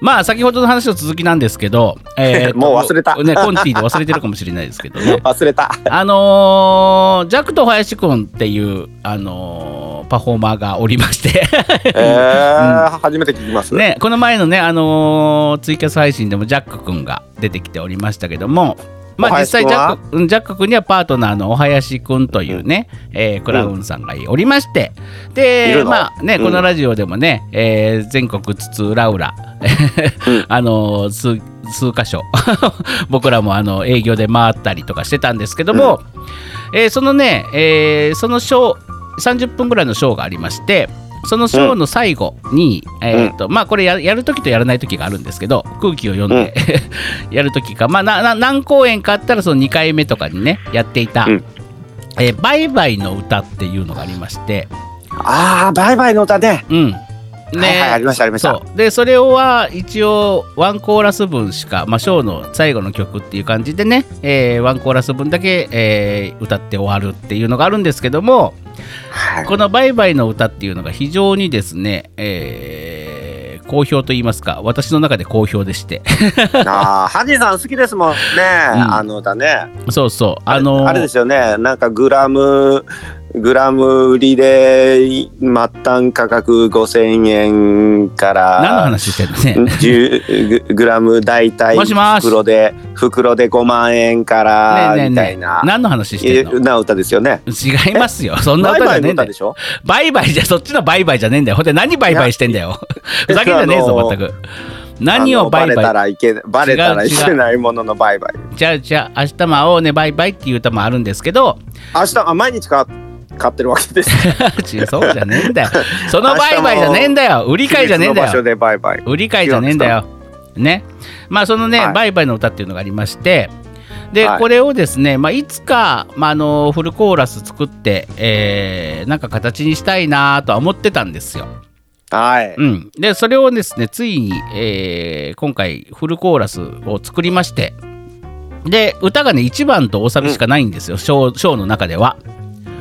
B: まあ先ほどの話の続きなんですけ ど、えーと
A: もう忘れた
B: ね、コンティで忘れてるかもしれないですけどね
A: 忘れた。
B: あのージャックと林くんっていう、あのーパフォーマーがおりまして、
A: え ー初めて聞きます。
B: ね、この前のね、あのーツイキャス配信でもジャックくんが出てきておりましたけども、ま
A: お
B: あ、
A: は
B: 実
A: やし
B: 際
A: 君
B: ジャ
A: は
B: ックうんジャック君にはパートナーのお林くんというね、えークラウンさんがおりまして
A: い
B: で
A: るの
B: まあね
A: うん
B: このラジオでもね、えー全国津々浦々 あのー数数箇所 僕らもあの営業で回ったりとかしてたんですけども、えーそのね、えーそのショー30分ぐらいのショーがありましてそのショーの最後に、えーとまあ、これややるときとやらないときがあるんですけど空気を読んで、 やるときか、まあ、なな何公演かあったらその2回目とかにねやっていた「
A: うん
B: えーバイバイの歌」っていうのがありまして、
A: ああ、バイバイの歌ね。
B: うんね
A: はいはい、ありました、ありました。
B: そうでそれは一応ワンコーラス分しか、まあ、ショーの最後の曲っていう感じでね、えーワンコーラス分だけ、えー歌って終わるっていうのがあるんですけども
A: はい
B: この「バイバイの歌」っていうのが非常にですね、えー好評と言いますか私の中で好評でして
A: ああ、ハジさん好きですもんね。
B: ん
A: あの歌ね。
B: そうそう
A: あ
B: あのー
A: あれですよね。なんかグラム。グラム売りで末端価格5000円から
B: 何の話してんのね
A: 10ググラム大体
B: もしもし
A: 袋で袋で5万円から
B: ねえねえねえ
A: みたいな、
B: 何の話して
A: え
B: んの
A: な歌ですよね。
B: 違いますよ。そんな
A: バイ
B: 歌じ
A: バ
B: ゃ
A: イ
B: ね
A: の
B: えんだ
A: 歌
B: よ
A: で。しょ
B: バイバイじゃ、そっちのバイバイじゃねえんだよ。ほんで、何バイバイしてんだよ。ふざけんじゃねえ
A: あ
B: ぞ、
A: の
B: 全く。何
A: あ
B: を
A: の
B: バイ
A: バレた
B: バイ。
A: らいけバレたら
B: 違う
A: いけないもののバイバイ。
B: じゃあ、じゃあ、明日も会おうね、バイバイっていう歌もあるんですけど、
A: 明日あ毎日か買ってるわけです。
B: 違うそうじゃねえんだよ。そのバイバイじゃねえんだよ。売り買いじゃねえん
A: 秘密の
B: だ
A: 場所
B: よ。
A: でバイバイ。
B: 売り買いじゃねえんだよ。ね。まあ、そのね、
A: はい
B: バイバイの歌っていうのがありまして、で、
A: はい
B: これをですね、まあ、いつか、まあ、あのフルコーラス作って、えーなんか形にしたいなとは思ってたんですよ。
A: はい。
B: うん、でそれをですねついに、えー今回フルコーラスを作りましてで歌がね1番と大サビしかないんですよ、ショーショーの中では。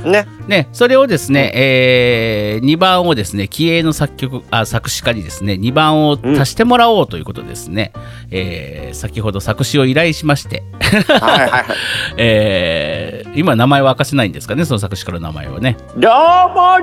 A: ね。
B: ね、それをですね、え2番をですね気鋭の作曲あ作詞家にですね2番を足してもらおうということですね、えー先ほど作詞を依頼しまして、
A: はいはいはい。
B: えー今名前は明かせないんですかねその作詞家の名前はね
A: どうもど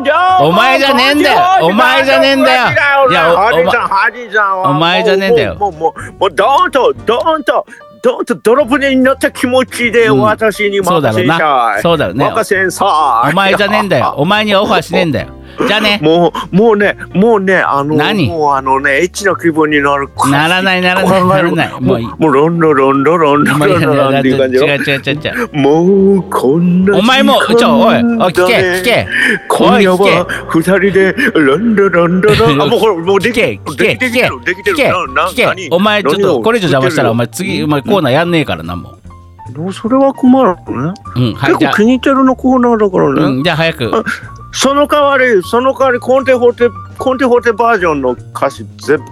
A: うも
B: お前じゃねえんだよ
A: こちは
B: お前じゃねえんだよ
A: いや
B: いやお
A: ハリーさんハリーさんは
B: お前じゃねえんだよ
A: もうもうもうもうドーンとドーンとドーンと泥船に乗った気持ちで
B: うん
A: 私に
B: そうだ
A: 任せ
B: ろうん
A: さ
B: ないそうだろうね
A: 任せんさい
B: お前じゃねえんだよお前にはオファーしねえんだよじゃあね
A: もうもうねもうねあの
B: 何
A: もうあのねエッチな気分になる
B: ならないならないならないも
A: も
B: う
A: う
B: いい
A: もうロンロロンロロンロ
B: まあいや
A: ロン
B: い
A: ロロン
B: や
A: っ
B: い
A: ていう
B: や
A: 感じよ
B: 違う違う違う違う
A: もうこんな
B: お前も、ちょ、おい、おい聞け、聞け。
A: 今夜
B: おい聞
A: は
B: け
A: 二人でロンロロンロ ロンあもうこれもうでき
B: 聞け、聞け、
A: できて
B: 聞け
A: る、できてる
B: 聞け、
A: なな
B: 聞け。
A: 何
B: お前、ちょっと、これ以上邪魔したら、お前、次、お前、コーナーやんねえからな、も
A: もうそれは困るのね
B: う。うん、は
A: 結
B: い、じゃ
A: 構
B: あ
A: 気、に入ってるのコーナーだからね、
B: うん、じゃあ早く。
A: その代わりその代わりコンテホテコンテホテバージョンの歌詞全部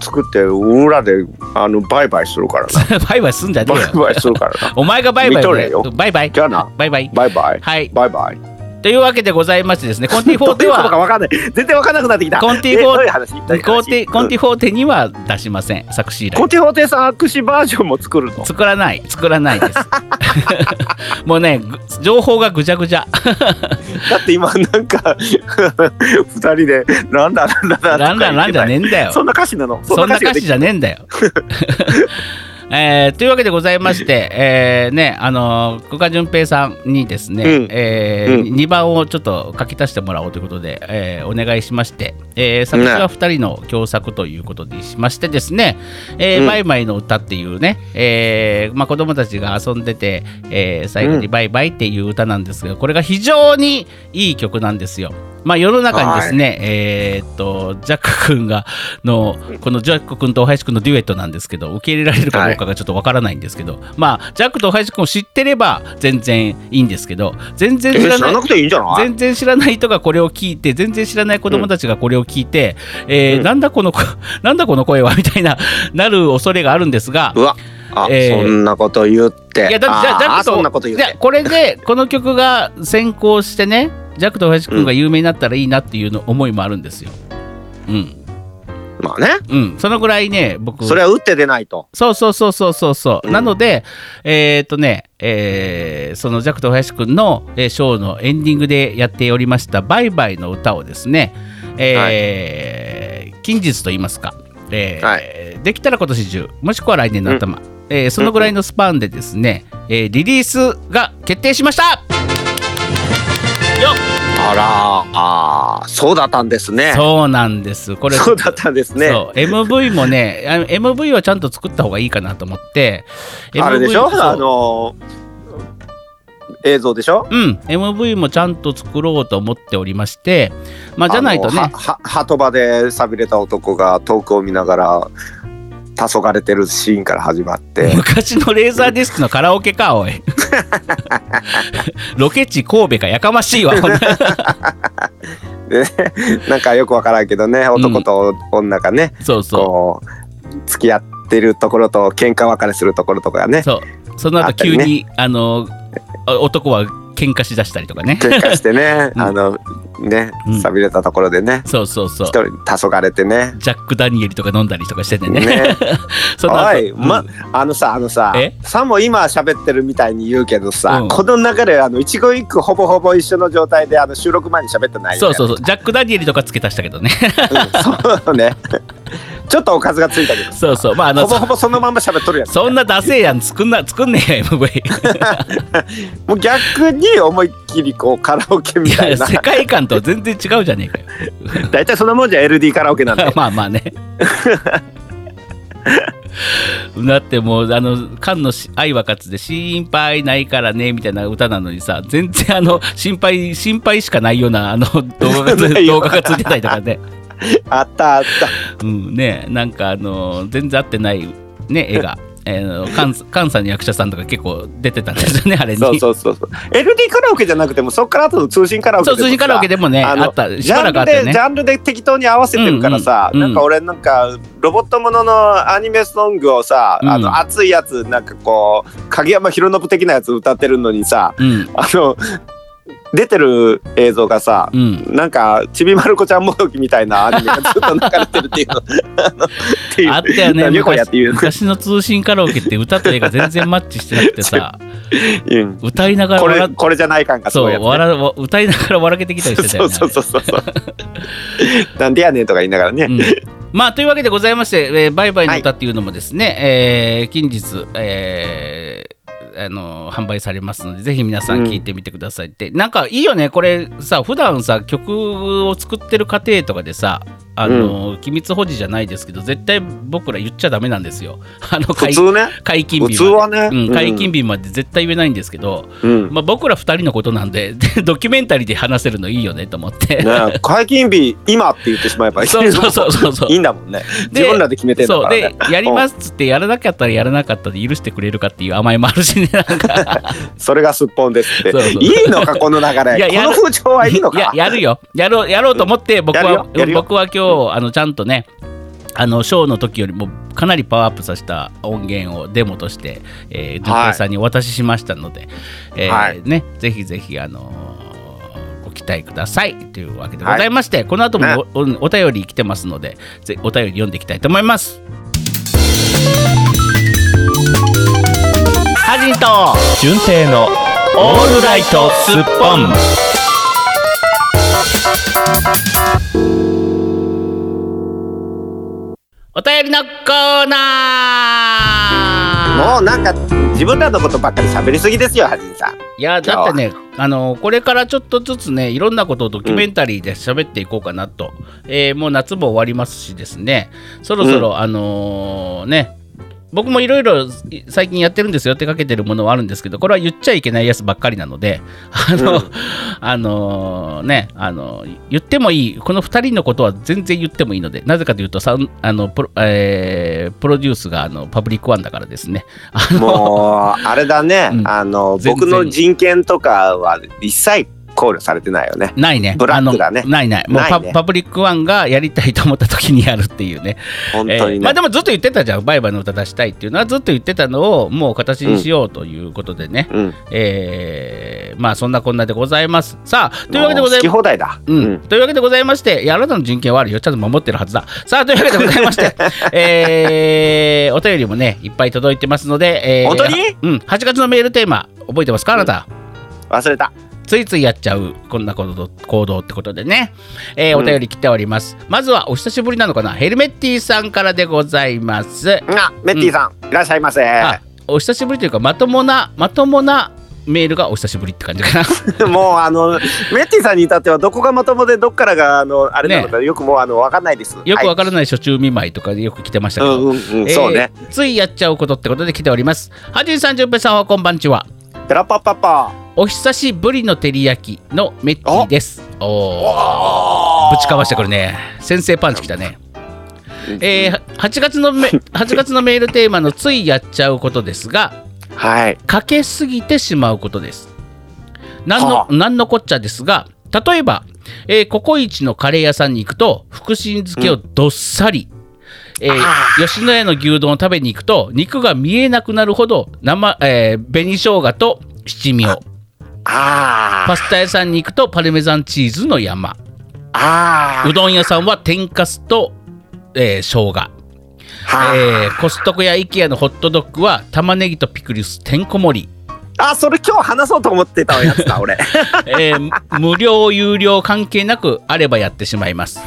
A: 作って裏であのバイバイするから な
B: バイバイすんじゃねえ
A: バイ
B: よ。
A: バイするからな
B: お前がバイバイ
A: 見と
B: だ
A: れよ
B: よ。バイバイ。
A: じゃあな
B: バイバイ。
A: バイバイ
B: はい。
A: バイバイ
B: というわけでございまし てですね、コンティフォー
A: どうい
B: テ
A: うことか
B: は、
A: 分かんない全然分かんなくなってきた
B: コンティ
A: え
B: フォー
A: どういう話どういう話
B: コンティ、コンティフォーテには出しません。作詞以来
A: コ。テホテさん握手バージョンも作るの。
B: 作らない、作らないです。 もうね、ぐ情報がぐちゃぐ ちゃ。
A: だって今なんか 二人でなんだなんだなんだ
B: ランランランじゃねえんだよ。
A: そんな歌詞なの。
B: そんな歌詞じゃねえんだよ。 えーというわけでございまして、えーねあのー久我淳平さんにですね、
A: うん
B: えー
A: う
B: 2番をちょっと書き足してもらおうということで、えーお願いしまして、えー作詞は2人の共作ということにしましてですね「えー
A: うん
B: バイバイの歌」っていうね、えーまあ、子供たちが遊んでて、えー最後に「バイバイ」っていう歌なんですけどこれが非常にいい曲なんですよ。まあ、世の中にですね、えーっとジャック君がのこのジャック君とお林君のデュエットなんですけど受け入れられるかどうかがちょっとわからないんですけど、まあジャックとお林君を知ってれば全然いいんですけど全然
A: え
B: 知ら
A: 知
B: な
A: ら
B: い
A: なくていいんじゃない。
B: 全然知らない人がこれを聞いて全然知らない子供たちがこれを聞いて、えー
A: うん
B: なんだこの子なんだこの声はみたいななる恐れがあるんですが
A: うわ、あ、
B: えー
A: そんなこと言って。
B: いやだってじゃあジャ
A: あ
B: ッ
A: ー
B: クと
A: そんなこと言っ
B: じゃあ
A: て。
B: これでこの曲が先行してねジャックと林くんが有名になったらいいなっていうの思いもあるんですよ。うん、
A: まあね
B: うん、そのぐらいね、僕、
A: それは打って出ないと
B: そうそうそうそうそうそう、
A: うん
B: なのでえっ、とね、えーそのジャクと林くんの、えーショーのエンディングでやっておりました「バイバイ」の歌をですね、えー近日と言いますか、えー
A: は
B: できたら今年中もしくは来年の頭、えーそのぐらいのスパンでですね、えーリリースが決定しました
A: あらあーそうだったんですね
B: そうなんですこれ
A: そうだったんですね
B: そう MV もねあ MV はちゃんと作った方がいいかなと思って
A: あれでし
B: MV
A: ょ
B: そう
A: あの映像でしょ
B: うん、MV もちゃんと作ろうと思っておりまして、まあ、じゃないと
A: あ
B: ね
A: の、はは鳩場でさびれた男が遠くを見ながら黄昏れてるシーンから始まって
B: 昔のレーザーディスクのカラオケ か、おい。ロケ地神戸か、やかま しいわ、ほんと
A: なんかよくわからんけどね男と女がね、
B: そうそ
A: こう付き合ってるところと喧嘩別れするところとか
B: う。
A: ね
B: そう。その
A: あ
B: 後
A: った
B: 急
A: りね
B: に、あの、あ男は喧嘩しだしたりとかね。
A: 喧嘩してね
B: 、うん
A: あのね
B: うん
A: さびれたところでね
B: そうそうそう
A: 一。人黄昏れてね
B: ジャック・ダニエルとか飲んだりとかしててね。
A: ね
B: その後
A: おい、
B: うん
A: まあのさあのさ
B: え
A: さも今喋ってるみたいに言うけどさ、
B: うん
A: この中であの一期一句ほぼほぼ一緒の状態であの収録前に喋ってないよ、
B: そう
A: ね、
B: そうそう。ジャック・ダニエルとか付け足したけ どね。
A: うんそうねちょっとおかずがついたけど
B: そうそう。まあ、あ
A: ほ
B: の、
A: ぼほぼそのまんま喋っとるやん
B: そんなダセえやん、作んな、作んねえや、MV。
A: もう逆に思いっきりこうカラオケみ
B: い
A: たい
B: や
A: な
B: 世界観とは全然違うじゃねえかよ。
A: 大体そんなもんじゃ LD カラオケなんで
B: まあま あね。だってもうあの菅のし愛は勝つで心配ないからねみたいな歌なのにさ全然あの心配心配しかないような あの動画が
A: ないよ
B: 動画がついてたりとかね,、
A: あったあっ
B: うん、ねなんかあの全然合ってない ね絵が。えーあの菅菅さんの役者さんとか結構出てたんですよねあれ
A: た
B: に。
A: そうそうそうそう LD カラオケじゃなくてもそっから後の通信カラオケ
B: そう通信カラオケ
A: で
B: でもね
A: あの
B: あったし
A: ジ
B: ば
A: ャ
B: ら
A: ン
B: くあ
A: ル
B: ったよ
A: で
B: ね
A: ジ。ャンルで適当に合わせてるからさ、
B: うんうん
A: なんか俺なんかロボットもののアニメソングをさ、
B: うん
A: あの熱いやつなんかこう影山博信的なやつ歌ってるのにさ
B: うん
A: あの出てる映像がさ
B: うん
A: なんかちびまる子ちゃんもどきみたいなアニメがずっと流れてるっていうのあのっていう
B: あったよ ね
A: 何これやってい
B: 昔
A: う
B: 昔の通信カラオケって歌と絵が全然マッチしてなくてさ
A: うん
B: 歌いながら
A: こ
B: 笑
A: れ
B: っ
A: これじゃない感がす
B: そう
A: ごいやつね
B: 笑う歌いながら笑けてきたりしてた
A: そ
B: よ
A: う
B: ね
A: そうそうそうそう なんでやねんとか言いながらね、
B: あれうんまあというわけでございまして「えーバイバイの歌」っていうのもですね、えー近日、えーあの販売されますのでぜひ皆さん聞いてみてくださいって、なんかいいよねこれさ普段さ曲を作ってる過程とかでさあの、機密保持じゃないですけど絶対僕ら言っちゃダメなんですよあの
A: 普
B: 解
A: 通ね
B: 解禁日ま
A: 普
B: で
A: 通はね、
B: うん、解禁日まで絶対言えないんですけど、
A: うん、うん
B: まあ、僕ら2人のことなんで ドキュメンタリーで話せるのいいよねと思って、
A: ね、解禁日今って言ってしまえばいい
B: そうそうそうそうそ う
A: いいんだもんね
B: で
A: 自分らで決めてんだ
B: そ
A: か
B: う
A: らね
B: でやりますっつってやらなかったらやらなかったで許してくれるかっていう甘えもあるしねなんか
A: それがすっぽんですって
B: そうそう
A: いいのかこの流れ
B: いややる
A: この風潮はいいのか
B: ややるよやろうやろうと思って僕
A: やる
B: は
A: よやるよ
B: 僕は今日あのちゃんとねあのショーの時よりもかなりパワーアップさせた音源をデモとして、えー、ドゥンケイさんにお渡ししましたので、えー
A: はい
B: ね、ぜひぜひ、あのーご期待くださいというわけでございまして、この後もお,お、お便り来てますのでぜお便り読んでいきたいと思います。ハジンと純正のオールライトスッポンお便りのコーナー
A: もうなんか自分らのことばっかり喋りすぎですよはじんさん
B: いやだってねあのこれからちょっとずつねいろんなことをドキュメンタリーで喋っていこうかなと、えーもう夏も終わりますしですねそろそろ、あのーね僕もいろいろ最近やってるんですよってかけてるものはあるんですけどこれは言っちゃいけないやつばっかりなのであの、
A: うん
B: あのーねあの言ってもいいこの2人のことは全然言ってもいいのでなぜかというとさんあのプロ,、えープロデュースがあのパブリックワンだからですねあ の
A: もうあれだね、
B: うん
A: あの
B: 全然
A: 僕の人権とかは一切考慮されてないよね
B: ないね。
A: ブラックだね
B: あのないない。もうパ
A: ないね
B: パブリックワンがやりたいと思った時にやるっていうね。
A: 本当
B: えー
A: に
B: ま
A: ね、
B: あでもずっと言ってたじゃん、バイバイの歌出したいっていうのはずっと言ってたのをもう形にしようということでね。
A: うん
B: えーまあそんなこんなでございます。さあ、というわけでござ
A: もう好
B: い
A: き
B: ます。
A: 放題だ
B: うんというわけでございまして、いやあなたの人権はあるよ、ちゃんと守ってるはずだ。さあ、というわけでござい まして、えーお便りもね、いっぱい届いてますので、えー
A: 本当に
B: うん、8月のメールテーマ、覚えてますか、あなた。
A: 忘れた
B: ついついやっちゃうこんな行動行動ってことでね、えーお便り来ております、まずはお久しぶりなのかなヘルメッティさんからでございます、
A: あメッティさん、いらっしゃいませ
B: あお久しぶりというかまともなまともなメールがお久しぶりって感じかな
A: もうあのメッティさんに至ってはどこがまともでどっからがあのあれなのか、よくもうあのわかんないです
B: よくわ
A: か
B: からない初中見舞いとかでよく来てましたけ
A: はい、
B: ど、
A: うんうんうん、
B: えー
A: そうね
B: ついやっちゃうことってことで来ておりますはじいさんじゅんぺいさんはこんばんちは
A: ペラパパパ
B: お久しぶりの照り焼きのメッティですおお
A: お
B: ぶちかましてくるね先生パンチきたねえー、8, 月 のめ8月のメールテーマのついやっちゃうことですが
A: はい
B: かけすぎてしまうことですなん
A: は
B: の
A: あ
B: なんのこっちゃですが例えば、えーココイチのカレー屋さんに行くと福神漬けをどっさり、えー吉野家の牛丼を食べに行くと肉が見えなくなるほど生、えー、紅生姜と七味を
A: あ
B: パスタ屋さんに行くとパルメザンチーズの山
A: ああ
B: うどん屋さんは天かすと、えー、生姜
A: あ、
B: えーコストコやイケアのホットドッグは玉ねぎとピクルスてんこ盛り、
A: あそれ今日話そうと思ってたやつだ俺
B: え ー無料有料関係なくあればやってしまいます、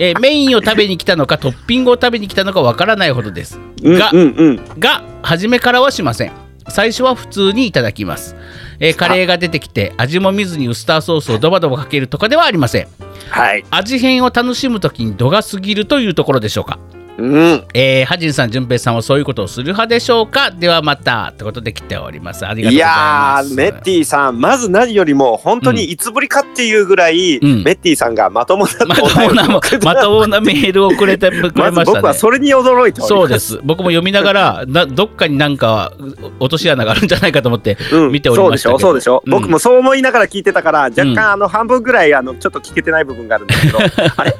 B: えーメインを食べに来たのかトッピングを食べに来たのかわからないほどです が
A: うんうんうん
B: が初めからはしません最初は普通にいただきます、えーカレーが出てきて味も見ずにウスターソースをドバドバかけるとかではありません
A: はい
B: 味変を楽しむ時に度が過ぎるというところでしょうか
A: うん
B: えー、はじんさん、じゅんぺいさんはそういうことをする派でしょうかではまたってことで来ております。ありがとう
A: い
B: ございま
A: や
B: す。
A: ーメッティさんまず何よりも本当にいつぶりかっていうぐらい、
B: うん
A: メッティさんがまともだと
B: まともな、
A: ま
B: まともなメー ルをくれてくれま
A: ず
B: した
A: 僕は
B: ね。
A: それに驚いております
B: そ うです。僕も読みながら、などっかになんか落とし穴があるんじゃないかと思って
A: うん
B: 見ておりましたけど。
A: そうでしょそうでしょ、
B: うん
A: 僕もそう思いながら聞いてたから若
B: うん
A: 干あの半分ぐらいあのちょっと聞けてない部分があるんですけ どあれ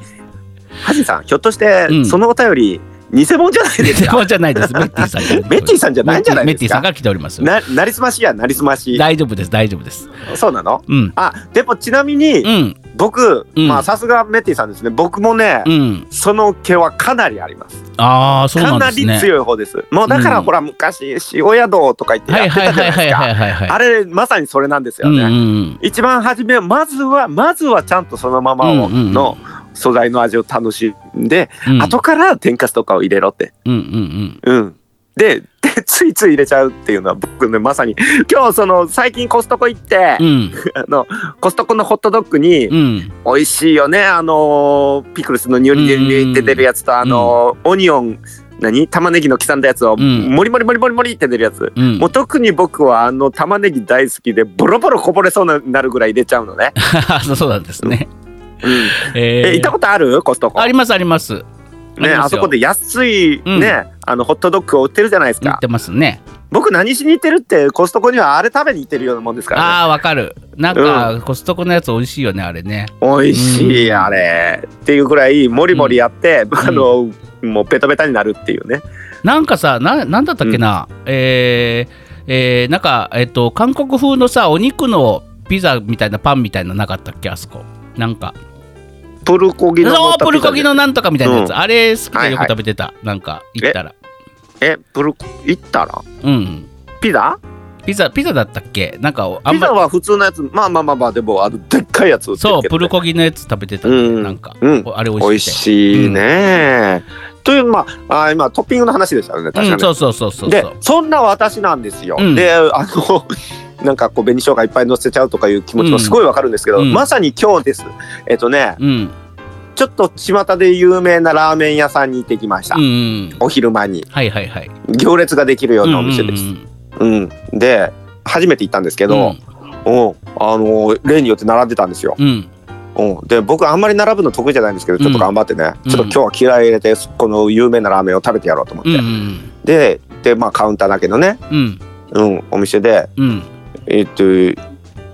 A: ハジさんひょっとして
B: うん
A: そのお便り偽物じゃないです
B: 全
A: か
B: 然じゃないです。メッティさんから。
A: メッティさんじゃないんじゃない
B: メ
A: で
B: ッティ
A: す
B: さん
A: か
B: が来ております。
A: ななりすましやなりすまし
B: 大丈夫です、大丈夫です。
A: そうなの
B: うん。
A: あでもちなみに
B: うん。
A: 僕、
B: うん
A: まあさすがメッティさんですね僕もね、
B: うん。
A: その気はかなりあります
B: ああ、そう
A: か
B: な
A: なん
B: です
A: り
B: ね。
A: 強い方ですもうだからほら昔塩宿とか言ってや
B: は
A: っ
B: い
A: て
B: はい
A: たじゃ
B: は
A: ないで
B: いは
A: すか
B: いはいはいはい。
A: あれまさにそれなんですよ
B: うん
A: ね、
B: うん
A: 一番初めはまずはまずはちゃんとそのままを
B: うんうんうん
A: の素材の味を楽しんで、
B: うん。
A: 後から天かすとかを入れろって。
B: うんうんうん。
A: うん、ででついつい入れちゃうっていうのは僕ねまさに今日その最近コストコ行って、
B: うん。
A: あのコストコのホットドッグに、
B: うん。
A: 美味しいよねあのーピクルスのニュリニュリニュリって出るやつとあのーオニオン何玉ねぎの刻んだやつを
B: うん
A: モリモリモリモリモリって出るやつ。
B: うん
A: もう特に僕はあの玉ねぎ大好きでボロボロこぼれそうになるぐらい入れちゃうの ね。
B: そうそうなんですね。
A: うん
B: えー
A: え行ったことあるコストコ
B: ありますあります。
A: ね
B: りますよ
A: あそこで安いね、
B: うん
A: あのホットドッグを売ってるじゃないです
B: 言っ
A: か
B: てますね。
A: 僕何しに行ってるってコストコにはあれ食べに行ってるようなもんですから、
B: ああーわかる。なんか、コストコのやつ美味しいよねあれね。
A: ね、美味しい
B: うん
A: あれ、っていうぐらいモリモリやって、あのもうベタベタになるっていうね
B: なんかさななんだったっけな、えーえーなんかえっ、と韓国風のさお肉のピザみたいなパンみたいなのなかったっけあそこ。なんか
A: プルコギの乗
B: そう
A: った
B: プルコギのなんとかみたいなやつ、
A: うん
B: あれ好き
A: は
B: で
A: い
B: よ
A: は
B: く
A: い
B: 食べてた、なんか行ったら
A: えプルコ行ったら
B: うん
A: ピザ
B: ピザピザだったっけなんかあん
A: ピザ
B: ま
A: は普通のやつまあまあまあまあでもあのでっかいやつ売って
B: そう
A: るけど
B: プ
A: ね
B: ルコギのやつ食べてたね、
A: うん
B: なんか、
A: うん
B: あれ美
A: 美
B: 味
A: 味
B: しいっ
A: し
B: て。
A: いね、というまああー今トッピングの話でしたよね確かに、
B: うん、そうそうそうそうそう。
A: でそんな私なんですよ、
B: うん
A: であの なんかこう紅生姜いっぱい乗せちゃうとかいう気持ちもすごいわかるんですけど、
B: うん
A: まさに今日ですえっとね
B: うん、
A: ちょっと巷で有名なラーメン屋さんに行ってきました、
B: うんうん、
A: お昼間に
B: はいはいはい。
A: 行列ができるようなお店です
B: うん、うん
A: うんで初めて行ったんですけど、うんあの例によって並んでたんですよ、
B: うん、うん
A: うん、で僕あんまり並ぶの得意じゃないんですけどちょっと頑張ってね、
B: うん
A: ちょっと今日は気合い入れてこの有名なラーメンを食べてやろうと思って、
B: うんうん
A: ででまあカウンターだけどね、
B: うん
A: うん、お店で
B: うん
A: えっと、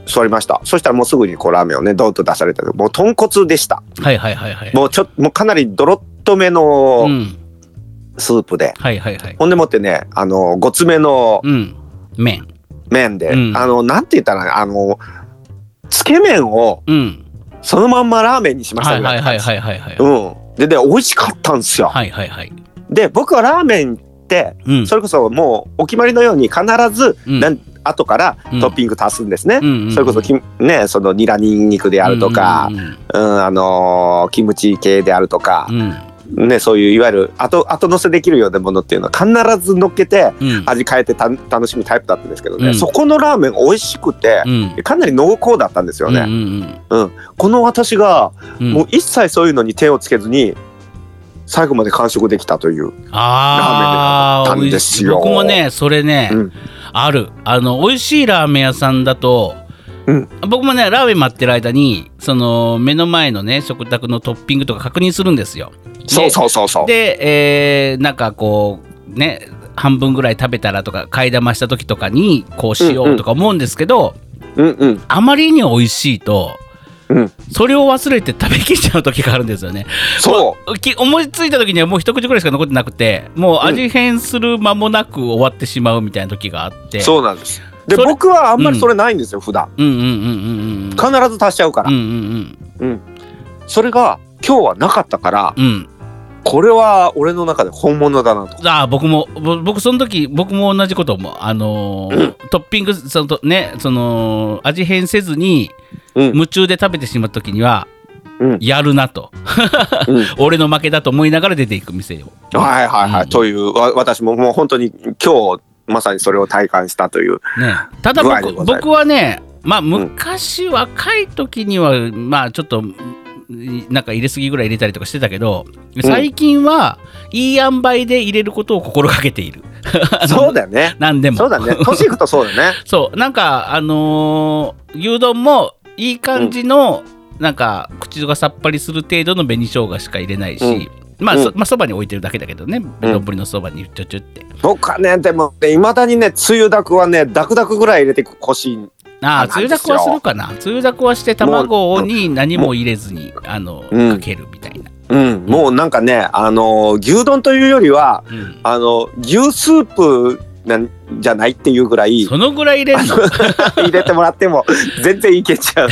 A: 座りましたそしたらもうすぐにこうラーメンをねドーンと出されたけどもう豚骨でした
B: はいはいはいはい。
A: もうちょっもうかなりドロッとめ
B: う
A: の
B: ん。
A: スープで、
B: はいはいはい。
A: ほんでもってねあのごつめの
B: うん。麺。
A: 麺で、
B: うん
A: あのなんて言ったらあのつけ麺を
B: うん。
A: そのまんまラーメンにしまし
B: は
A: た
B: い
A: ぐら
B: はいい
A: の
B: は
A: 感
B: い
A: じ
B: はいはいはい。
A: うんでで美味しかったんですよ、
B: はいはいはい。
A: で僕はラーメンって
B: うん。
A: それこそもうお決まりのように必ず、
B: うん
A: なん後から
B: うん
A: トッピング足すんですね、
B: うんうん
A: それこそきねそのニラニンニクであるとか
B: う、ん
A: うんあのーキムチ系であるとか
B: う、ん
A: ねそういういわゆる後後乗せできるようなものっていうのは必ず乗っけて
B: うん。うん。
A: 味変えてた楽しむタイプだったんですけどね、
B: うん
A: そこのラーメン美味しくて
B: う、ん。
A: かなり濃厚だったんですよね、
B: うんうん
A: この私が
B: うん
A: もう一切そういうのに手をつけずに最後まで完食できたという、
B: あ
A: ラー
B: あ、
A: メン
B: 美
A: で
B: 味
A: す
B: しい。
A: よ
B: 僕もね、それね、
A: うん
B: ある。あの、美味しいラーメン屋さんだと、
A: うん
B: 僕もね、ラーメン待ってる間に、その、目の前のね、食卓のトッピングとか確認するんですよ。で
A: そうそうそうそう
B: で、えーなんかこうね半分ぐらい食べたらとか買い玉した時とかにこうしようとか思うんですけど、
A: うんうん
B: あまりに美味しいと、
A: うん
B: それを忘れて食べきっちゃう時があるんですよね
A: そう
B: き思いついた時にはもう一口ぐらいしか残ってなくてもう味変する間もなく終わってしまうみたいな時があって
A: そうなんです。で
B: それ
A: 僕はあんまりそれないんですよ、普段
B: うんうんうんうんうん
A: 必ず足しちゃうから、
B: うんうん
A: それが今日はなかったから
B: うんうん
A: これは俺の中で本物だなと
B: ああ僕もぼ僕その時僕も同じこともあのートッピングそのとねその味変せずに
A: うん
B: 夢中で食べてしまった時には、
A: うん
B: やるなと、
A: うん
B: 俺の負けだと思いながら出ていく店を
A: はいはいはい、
B: うん
A: というわ私ももう本当に今日まさにそれを体感したと いう
B: ねただ
A: 具合でござ
B: 僕
A: います
B: 僕はねまあ昔、若い時にはまあちょっとなんか入れすぎぐらい入れたりとかしてたけど最近は、いい塩梅で入れることを心がけている
A: そうだよね
B: 何でも
A: そうだね年いくとそうだね
B: そうなんかあのー牛丼もいい感じの、なんか口がさっぱりする程度の紅生姜しか入れないし、
A: うん
B: まあ、
A: うん
B: そまあそばに置いてるだけだけどね
A: うん
B: 丼のそばにちょちょって、
A: 僕はねでもいまだにねつゆだくはねダクダクぐらい入れてほしい
B: あ
A: あ
B: あつゆだこはするかなつゆだこはして卵に何も入れずにあの、
A: うん
B: かけるみたいな、
A: うんもうなんかねあの牛丼というよりは
B: うん
A: あの牛スープなんじゃないっていうぐらい
B: そのぐらい入れるの
A: 入れてもらって も全然いけちゃう。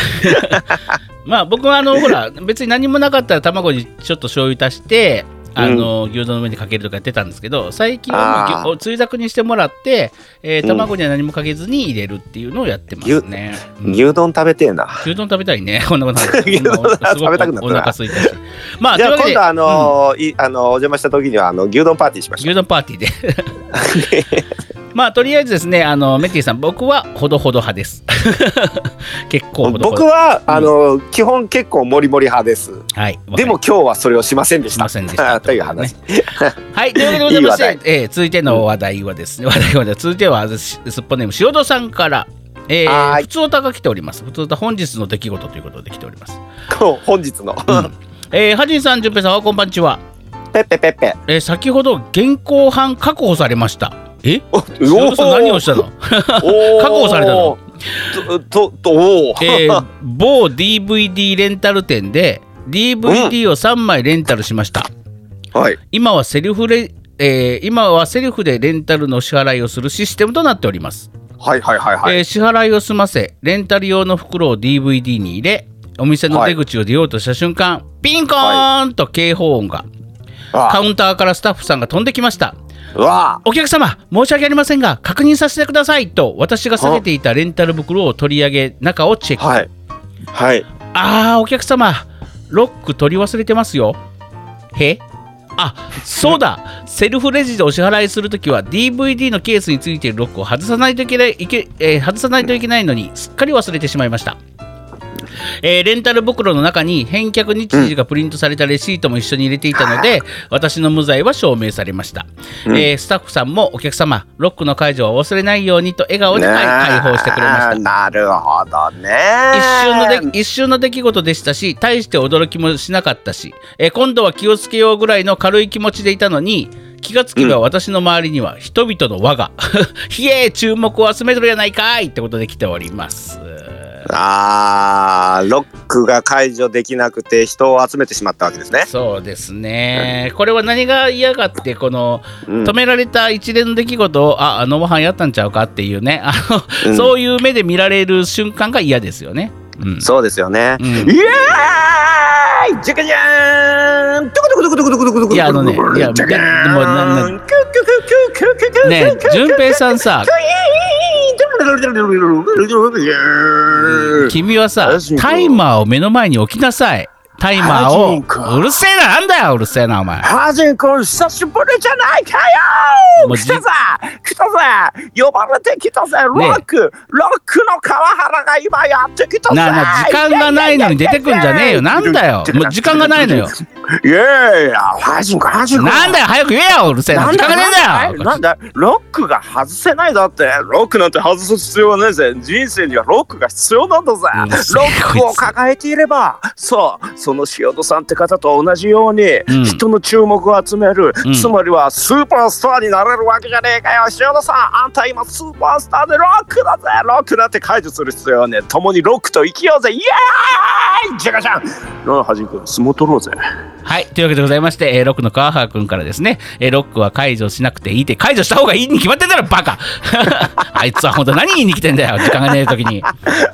B: まあ僕はあのほら 別に何もなかったら卵にちょっと醤油足してあの、牛丼の上にかけるとかやってたんですけど最近はもうぎゅおつゆだくにしてもらって、えー
A: うん
B: 卵には何もかけずに入れるっていうのをやってますね。うん
A: 牛丼食べてえな。
B: 牛丼食べたいね。 こんなこと ない
A: 牛丼食べたくなったな
B: すごお腹空いたし。まあ、
A: じゃあ
B: と
A: 今
B: いう
A: 度
B: わ
A: あのーいあのーお邪魔した時にはあの牛丼パーティーしま
B: け
A: し
B: で、
A: ょ
B: 牛
A: う。
B: 丼パーティーで。 まあ、とりあえずですね、あの、メッティさん、僕はほどほど派です。 結構ほどほ
A: 僕
B: ど。
A: は
B: ん
A: あのー基本結構モリモリ派です。
B: はい。
A: でも今日はそれをしませんでし
B: したま。せんでし た。
A: という話。
B: はい、ということでございま
A: いい話
B: して、えー続いての話題はですね、話題はね続いてはすすっぽネーム塩戸さんから、え
A: は
B: ー、
A: ーい
B: 普通歌が来ております。普通歌本日の出来事ということで来ております。
A: こう本日の
B: うんえー、はじんさん、じゅんぺいさん、はこんばんちは。
A: ペッペペッペ。
B: えー、先ほど現行犯確保されました。え
A: お
B: 塩戸さん何をした の
A: おー
B: 確保されたの
A: とととおー
B: えー、某 DVD レンタル店で DVD を3枚レンタルしました。
A: はい。
B: 今はセルフレ、えー今はセルフでレンタルの支払いをするシステムとなっております。
A: はいはいはいはい。
B: えー支払いを済ませレンタル用の袋を DVD に入れお店の出口を出ようとした瞬間、ピンコーンと警報音が、カ
A: あ
B: ウンターからスタッフさんが飛んできました
A: うわ
B: お客様申し訳ありませんが確認させてくださいと私が下げていたレンタル袋を取り上げ中をチェッ
A: あ
B: ク、
A: はいはい。
B: あーお客様ロック取り忘れてますよへあそうだセルフレジでお支払いするときは DVD のケースについているロックを外さないといけないいけ、えー外さないといけないのにすっかり忘れてしまいました、えーレンタル袋の中に返却日時がプリントされたレシートも一緒に入れていたので、私の無罪は証明されました、
A: うん
B: えースタッフさんもお客様ロックの解除はお忘れないようにと笑顔で
A: ねえ
B: 解放してくれました
A: なるほどね。
B: 一瞬ので一瞬の出来事でしたし大して驚きもしなかったし、えー今度は気をつけようぐらいの軽い気持ちでいたのに気がつけば私の周りには人 々の輪が「ひえ注目を集めてるやないかい!」ってことで来ております。
A: あーロックが解除できなくて人を集めてしまったわけですね。
B: そうですね。これは何が嫌がって、この
A: うん
B: 止められた一連の出来事を、あ、あのご飯やったんちゃうかっていうね、あの、
A: うん
B: そういう目で見られる瞬間が嫌ですよね。うん。
A: そうですよね。
B: うん
A: いやーいじゃかじゃーんどこどこどこどこどこどこどこ
B: いやあのねいや
A: じゃかじゃーん
B: もうなな
A: くくくくくくくく
B: ね
A: くく
B: 淳平さんさ、君はさ
A: よし行こう
B: タイマーを目の前に置きなさいタイマー
A: マジか
B: をうるせえななんだようるせえなお 前
A: ハジン君久しぶりじゃないかよ
B: もう
A: 来
B: じ
A: たぜ来たぜ呼ばれてきたぜロック、ロックの川原が今やってきたぜ
B: なあなあ時間がないのに出てくんじゃ ねえよなんだよもう時間がない のよ
A: いやいやハジン君ハジン君
B: なんだよ早く言えようるせえな時間がねえんだよ
A: なんだロックが外せないだってロックなんて外す必要はないぜ人生にはロックが必要なんだぜ
B: うるせ
A: ロ
B: え
A: ック
B: こ
A: を
B: いつ
A: 抱えていればそうその塩戸さんって方と同じように、
B: ん
A: 人の注目を集める、
B: うん
A: つまりはスーパースターになれるわけじゃねえかよ塩戸さんあんた今スーパースターでロックだぜロックだって解除する必要はねえ共にロックと生きようぜイエーイジャガジャンなあハジン君相撲取ろうぜ
B: はいというわけでございまして、えーロックの川原君からですね、えーロックは解除しなくていいって解除した方がいいに決まってんだろバカ あいつは本当何言いに来てんだよ時間がねえ時 に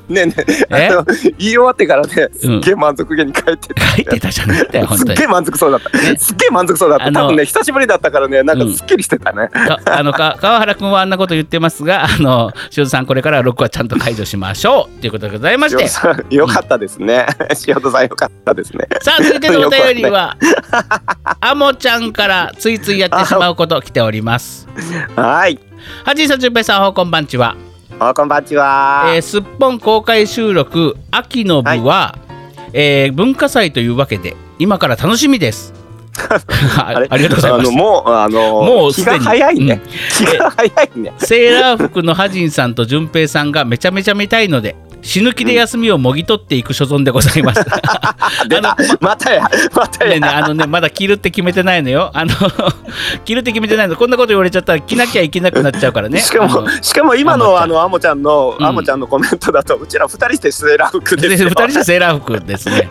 A: ねえね
B: え
A: えあの言い終わってからねすっげえ満足げに帰ってた、
B: 書いてたじゃねえんだよ本
A: す
B: 当
A: っ
B: に
A: げえ満足そうだった、すっげえ満足そうだった
B: あの
A: 多分ね久しぶりだったからねなんかすっきりしてたね、
B: か あのか川原君はあんなこと言ってますが、あの塩田さん、これからロックはちゃんと解除しましょうということでございまし
A: 塩
B: て、
A: 田
B: さ
A: さんよかったですね、 塩田さんよかったですね
B: あ、続いてのお便りは、あもちゃんからついついやってしまうこと、来ております。
A: はい
B: はじいさん、じゅんぺいさん、おはこんばんちは。
A: あこんばんちは、
B: えー、すっぽん公開収録、秋の部は、えー文化祭というわけで、今から楽し みです。あありがとうございま
A: あの
B: す。
A: もうあの
B: もうす
A: 気
B: でに
A: が早いね、
B: うん
A: 気が早いね
B: セーラー服のハジンさんと淳平さんがめちゃめちゃ見たいので死ぬ気で休みをもぎ取っていく所存でござ います。
A: あ出たまたやまた
B: ねえ
A: や、
B: ねえあのねまだ着るって決めてないのよあの 着るって決めてないのこんなこと言われちゃったら着なきゃいけなくなっちゃうからね
A: しか
B: あの
A: もしかも今の
B: あ
A: あのアモちゃんの
B: うん
A: アモちゃんのコメントだとうちら二人してスーラー服で
B: です
A: よ
B: 2人でセーラー服ですね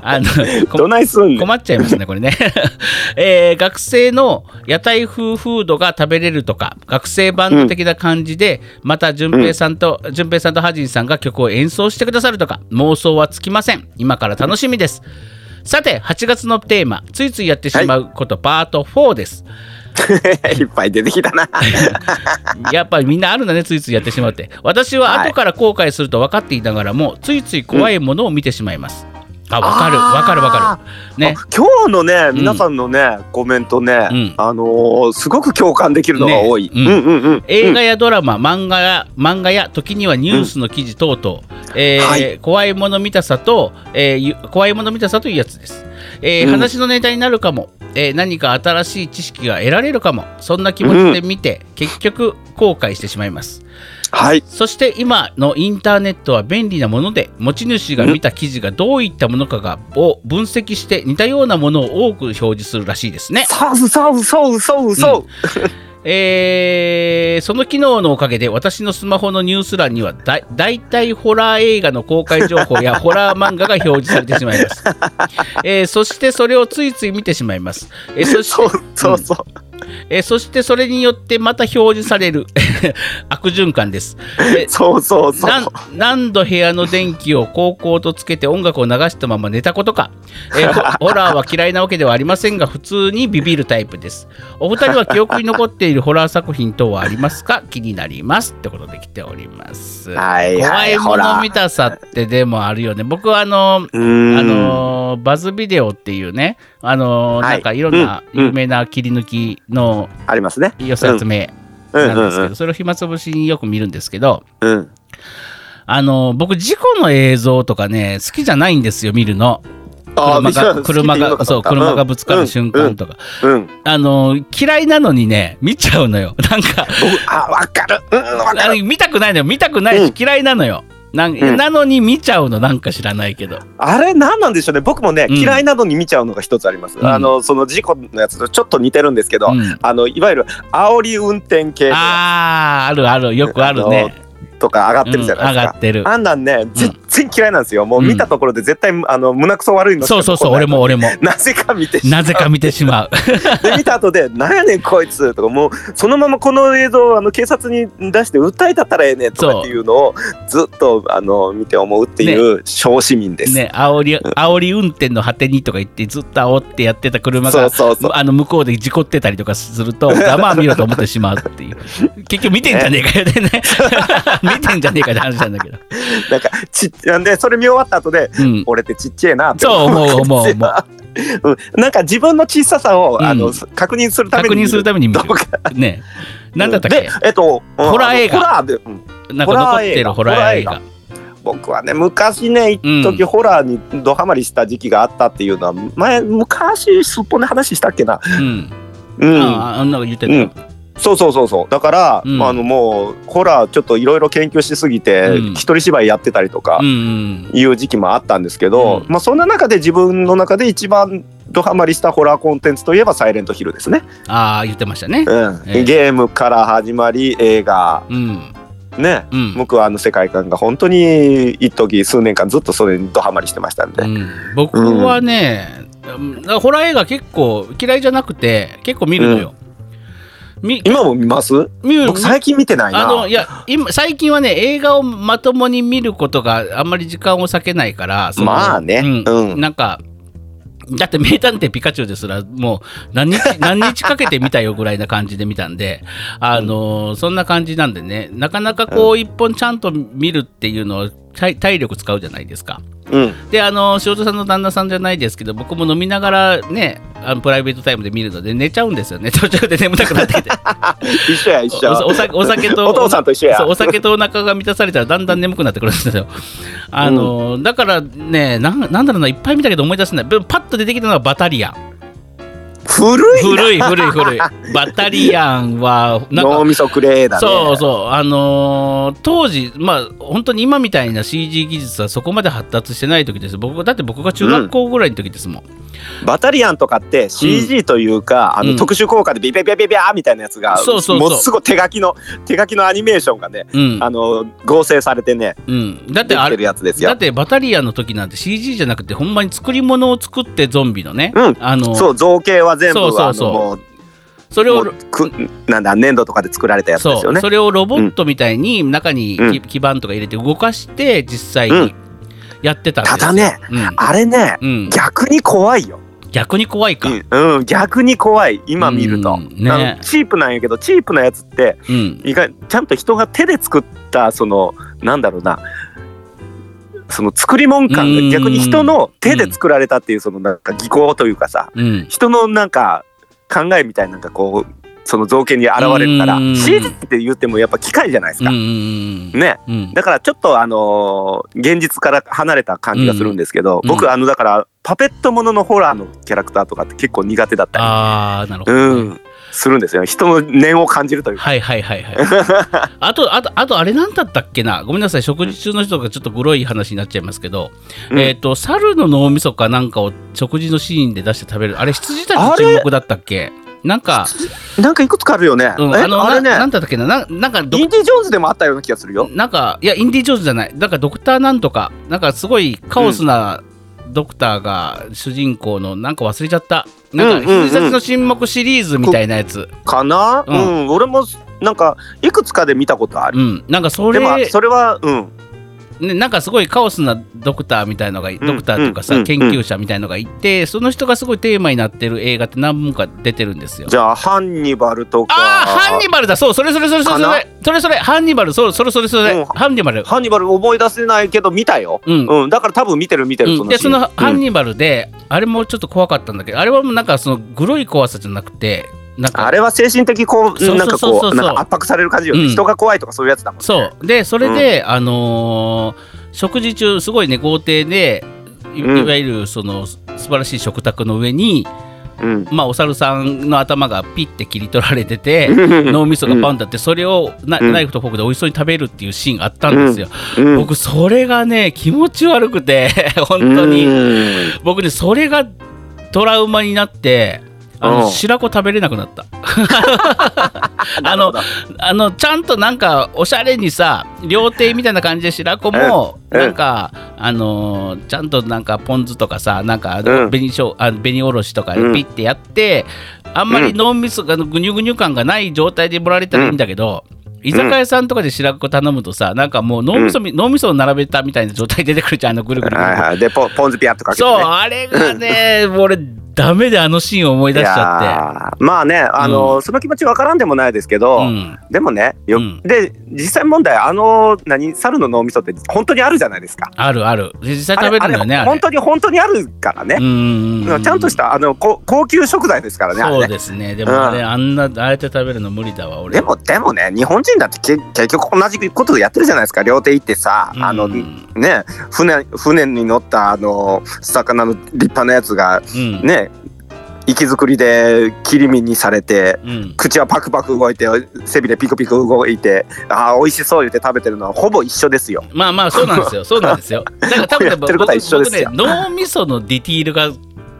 B: あのこ
A: どないすんねん
B: 困っちゃいますねこれね、 えー学生の屋台風フードが食べれるとか学生バンド的な感じで、また順平さんと順、平さんとハジンさんが曲を演奏してくださるとか妄想はつきません今から楽しみです、さて8月のテーマついついやってしまうこと、パート4です
A: いっぱい出てきたな
B: やっぱりみんなあるんだね、ついついやってしまうって。私は後から後悔すると分かっていながらも、ついつい怖いものを見てしまいます。あ、分かる、
A: あー
B: 分かる、分かる。ね
A: あ。今日のね
B: ん
A: 皆さんのね、コメントね、
B: うん
A: あのーすごく共感できるのが多い、
B: ねう
A: うんん、うんうんうん
B: 映画やドラマ、漫画や、漫画や、時にはニュースの記事等々、えー
A: はい
B: 怖いもの見たさと、えーゆ怖いもの見たさというやつです。えー
A: うん
B: 話のネタになるかも、えー何か新しい知識が得られるかも、そんな気持ちで見て、結局後悔してしまいます。
A: はい
B: そして今のインターネットは便利なもので持ち主が見た記事がどういったものかがを分析して似たようなものを多く表示するらしいですね。
A: そうそうそうそうそう、
B: えーその機能のおかげで私のスマホのニュース欄にはだ大体ホラー映画の公開情報や ホラー漫画が表示されてしまいます、 えーそしてそれをついつい見てしまいます、えーそして
A: そうそうそう、
B: えーそしてそれによってまた表示される 悪循環です、えー
A: そうそうそう
B: なん何度部屋の電気をこうこうとつけて音楽を流したまま寝たことか、え ーホホラーは嫌いなわけではありませんが普通にビビるタイプですお二人は記憶に残っているホラー作品等はありますか 気になりますってことで来ております、
A: はいはいほ
B: 怖いもの
A: ら
B: 見たさってでもあるよね僕はあの
A: うーん
B: あのーバズビデオっていうね、あのー
A: はい
B: なんかいろんな
A: うんうん
B: 有名な切り抜きの
A: ありますね
B: 寄せ集め
A: うん
B: な
A: うん
B: ですけど、
A: ん
B: それを暇つぶしによく見るんですけど、
A: うんうん
B: あの僕事故の映像とかね好きじゃないんですよ見るの
A: あ
B: 車
A: ー見
B: が
A: た
B: 車
A: 見た
B: が
A: 見た
B: そう車がぶつかる瞬間とか、
A: うん、うんうん
B: あの嫌いなのにね見ちゃうのよ なんか
A: 僕あわかるうんわか
B: あ
A: る
B: の見たくないのよ見たくないし嫌いなのよ、なん
A: うん
B: なのに見ちゃうのなんか知らないけど、
A: あれ何なんでしょうね僕もね、
B: うん
A: 嫌いなのに見ちゃうのが一つあります、
B: うん
A: あのその事故のやつとちょっと似てるんですけど、
B: うん
A: あのいわゆる煽り運転系の
B: あーあるあるよくあるね
A: とか上がってるじゃないですか、
B: うん上がってる
A: あんなんね全然嫌いなんですよ、もう見たところで絶対あの胸くそ悪いのしか
B: そうそうそう、
A: 残
B: 俺
A: んない
B: も俺も。
A: なぜか見てしまう
B: なぜか見てし まう。
A: で見た後で「なんやねんこいつ」とかもうそのままこの映像をあの警察に出して訴えたったらええねんとかっていうのをずっとあの見て思うっていう小市民です。
B: ね、煽り、煽り運転の果てにとか言って、ずっと煽ってやってた車
A: そ
B: が
A: う、そうそう
B: あの向こうで事故ってたりとかすると、 まあ見ろと思ってしまうっていう。結局見てんじゃねえかよね。 見てんじゃねえかって話なんだけど。
A: なんかちっでそれ見終わった後で
B: うん。
A: 俺ってちっちゃいなって
B: そう思う思う思う。
A: うんなんか自分の小ささを、
B: うん
A: あの確認するために
B: 確認するために見る
A: 動。
B: ね。なんだったっけ
A: でえっと、うん
B: ホラー映画
A: ホラーで、うん
B: なんか残ってるホ
A: ホラ
B: ラー
A: ー
B: 映
A: 映
B: 画
A: 画。僕はね昔ね一時
B: うん
A: ホラーにドハマりした時期があったっていうのは前昔すっぽんで話したっけな
B: うん。
A: うん
B: ああ、あんなの言ってた。
A: うんそうそうそうそうだから、
B: うん
A: まああのもうホラーちょっといろいろ研究しすぎて、
B: うん
A: 一人芝居やってたりとか
B: うんうん。
A: いう時期もあったんですけど、
B: うん
A: まあそんな中で自分の中で一番ドハマりしたホラーコンテンツといえば「サイレントヒル」ですね、
B: ああ、言ってましたね
A: う。ん
B: ええ
A: ゲームから始まり映画
B: うん。
A: ね
B: うん。
A: 僕はあの世界観が本当に一時数年間ずっとそれにドハマりしてましたんで、
B: うん、僕はね、うんホラー映画結構嫌いじゃなくて結構見るのよ。み
A: 今も見ます
B: 見る
A: 僕最近見てないな
B: あのいや今最近はね映画をまともに見ることがあんまり時間を割けないからその
A: まあね、
B: うん
A: うん
B: なんかだって名探偵ピカチュウですらもう 何日何日かけて見たよぐらいな感じで見たんであのーそんな感じなんでねなかなかこう一本ちゃんと見るっていうのを体体力使うじゃないですか。
A: うん
B: であの塩田さんの旦那さんじゃないですけど僕も飲みながらねあのプライベートタイムで見るので寝ちゃうんですよね途中で眠たくなって きて
A: 一緒や一緒
B: おお酒お酒と
A: お父さんと一緒や
B: そうお酒とお腹が満たされたらだんだん眠くなってくるんですよあの、だからねなんなんだろうないっぱい見たけど思い出せないでもパッと出てきたのはバタリアン
A: 古い
B: 古い古 い古いバタリアンはなんか
A: 脳みそクレーだね
B: そうそう、あのー当時、まあ、本当に今みたいな CG 技術はそこまで発達してない時です。僕だって僕が中学校ぐらいの時ですもん。
A: バタリアンとかって CG というか、あ
B: うん
A: の特殊効果でビビビビビャーみたいなやつが、
B: そうそうそう
A: ものすごい手書きの手書きのアニメーションがね、
B: うん
A: あの合成されてね
B: うん、だっ
A: で
B: て
A: き
B: あ
A: てる
B: れ
A: やつです
B: だっ
A: よ。
B: てバタリアンの時なんて CG じゃなくてほんまに作り物を作ってゾンビのね、
A: うん
B: あの
A: そう造形は全部
B: そうそう
A: あ
B: そう
A: のもう
B: それ
A: も
B: を
A: うくなんだ粘土とかで作られたやつです
B: そ
A: よ
B: う
A: ね。
B: それをロボットみたいに中にき、
A: うん
B: 基板とか入れて動かして実際
A: う
B: に
A: ん
B: やってたんです
A: ただ
B: よ
A: ね、あれね、
B: うんうん、
A: 逆に怖いよ。
B: 逆に怖いか、
A: うん、うん逆に怖い今見ると。
B: うんね
A: あのチープなんやけどチープなやつって
B: うん
A: 意外ちゃんと人が手で作ったそのなんだろうなその作り物感
B: うん
A: が逆に人の手で作られたっていうそのなんか技巧というかさ
B: うん、
A: 人のなんか考えみたいななんかこうその造形に現れるから
B: うん
A: CG って言ってもやっぱ機械じゃないです
B: うんう
A: か。
B: ん
A: ね、
B: うんうん
A: だからちょっとあのー現実から離れた感じがするんですけど、
B: うん
A: 僕あのだからパペットもののホラーのキャラクターとかって結構苦手だった
B: ああなるほ
A: り、
B: どね、
A: うん、するんですよ人の念を感じるというか。
B: はいはいは いはい。あと、あと、あとあれなんだったっけなごめんなさい、食事中の人がちょっとグロい話になっちゃいますけど、
A: うん
B: えっ、と、猿の脳みそかなんかを食事のシーンで出して食べる、あれ、羊たち
A: あれ
B: 注目だったっけなんか、
A: なんかいくつかあるよね。
B: うん、
A: え
B: あの
A: あれ
B: な、な
A: ね
B: んだったっけなななんかど
A: インディ・ジョーンズでもあったような気がするよ。
B: なんか、いや、インディ・ジョーンズじゃない、なんかドクターなんとか、なんかすごいカオスなドクターが主人公の、なんか忘れちゃった、なんか、
A: うんうんうん
B: 羊たちの沈黙シリーズみたいなやつ、
A: かな、
B: う
A: うんん、俺もなんかいくつかで見たことあ
B: う
A: る。
B: ん、なんかそ
A: で
B: れ、
A: もそれはうん
B: ね、なんかすごいカオスなドクターみたいのがいドクターというかさ、
A: うんうん
B: 研究者みたいのがいてその人がすごいテーマになってる映画って何本か出てるんですよ。
A: じゃあハンニバルとか。
B: ああハンニバルだそうそれそれそれそれそ
A: かな
B: れそれそれハンニバルそうそれそれそれ、
A: うん
B: ハンニバル。
A: ハンニバル思い出せないけど見たよ。
B: うん
A: うん、だから多分見てる見てる
B: うんで
A: シー
B: そ
A: ン
B: のハン
A: うん
B: ニバルで、あれもちょっと怖かったんだけどあれはもうなんかそのグロい怖さじゃなくてなんか
A: あれは精神的こ
B: そうそう
A: うなんか
B: そうそ
A: こ
B: う
A: うなんか圧迫される感じよね、
B: うん
A: 人が怖いとかそういうやつだもんね
B: そうでそれで、あのー食事中すごいね豪邸でいい
A: うん
B: わゆるその素晴らしい食卓の上に、
A: うん
B: まあ、お猿さんの頭がピッて切り取られてて
A: うん
B: 脳みそがパンだってそれをナ,、
A: うん
B: ナイフとフォークで美味しそうに食べるっていうシーンがあったんですよ、
A: うん
B: 僕それがね気持ち悪くて 本当に、
A: うん
B: 僕ねそれがトラウマになってあ
A: う
B: の
A: ん
B: 白子食べれなくなったあのあのちゃんとなんかおしゃれにさ料亭みたいな感じで白子も
A: うんうん
B: なんか、あのーちゃんとなんかポン酢とかさなんか
A: うん
B: 紅しょうあ紅おろしとかピ
A: うん
B: ッてやって、あんまり脳みそがあのぐにゅぐにゅ感がない状態で盛られたらいいんだけど。居酒屋さんとかで白子頼むとさ、なんかもう脳みそみ、脳みそを並べたみたいな状態で出てくるじゃん、あのぐるぐるぐるぐ
A: はい
B: る。
A: はい、でポポン酢ピアッとかけて、
B: そう、
A: ね、
B: あれが ね、俺、ダメであのシーンを思い出しちゃっ
A: やーまあねあの、その気持ちわからんでもないですけ
B: て。
A: ど、
B: うん
A: でもねよ、
B: うん
A: で実際問題あの何猿の脳みそって本当にあるじゃないですか。
B: あるある。実際食べるんだよね、あれ。
A: 本当に本当にあるからね、
B: うんうんうん
A: ちゃんとしたあのこ高級食材ですからねあれ
B: そう
A: ね
B: ですね。でもあれ、あんな、あえて食べるの無理だわ、俺。
A: でもでもね日本人だってけ結局同じことやってるじゃないですか両手行ってさ、
B: うん、
A: あのね船船に乗ったあの魚の立派なやつが
B: うん、
A: ね息づくりで切り身にされて
B: うん。
A: 口はパクパク動いて背びれピクピク動いてああ美味しそう言って食べてるのはほぼ一緒ですよ。
B: まあまあ、そうなんで すよ。そうなんですよ。だから多分ね、
A: やってることは一緒ですよ
B: 僕僕ね、脳みそのディティールが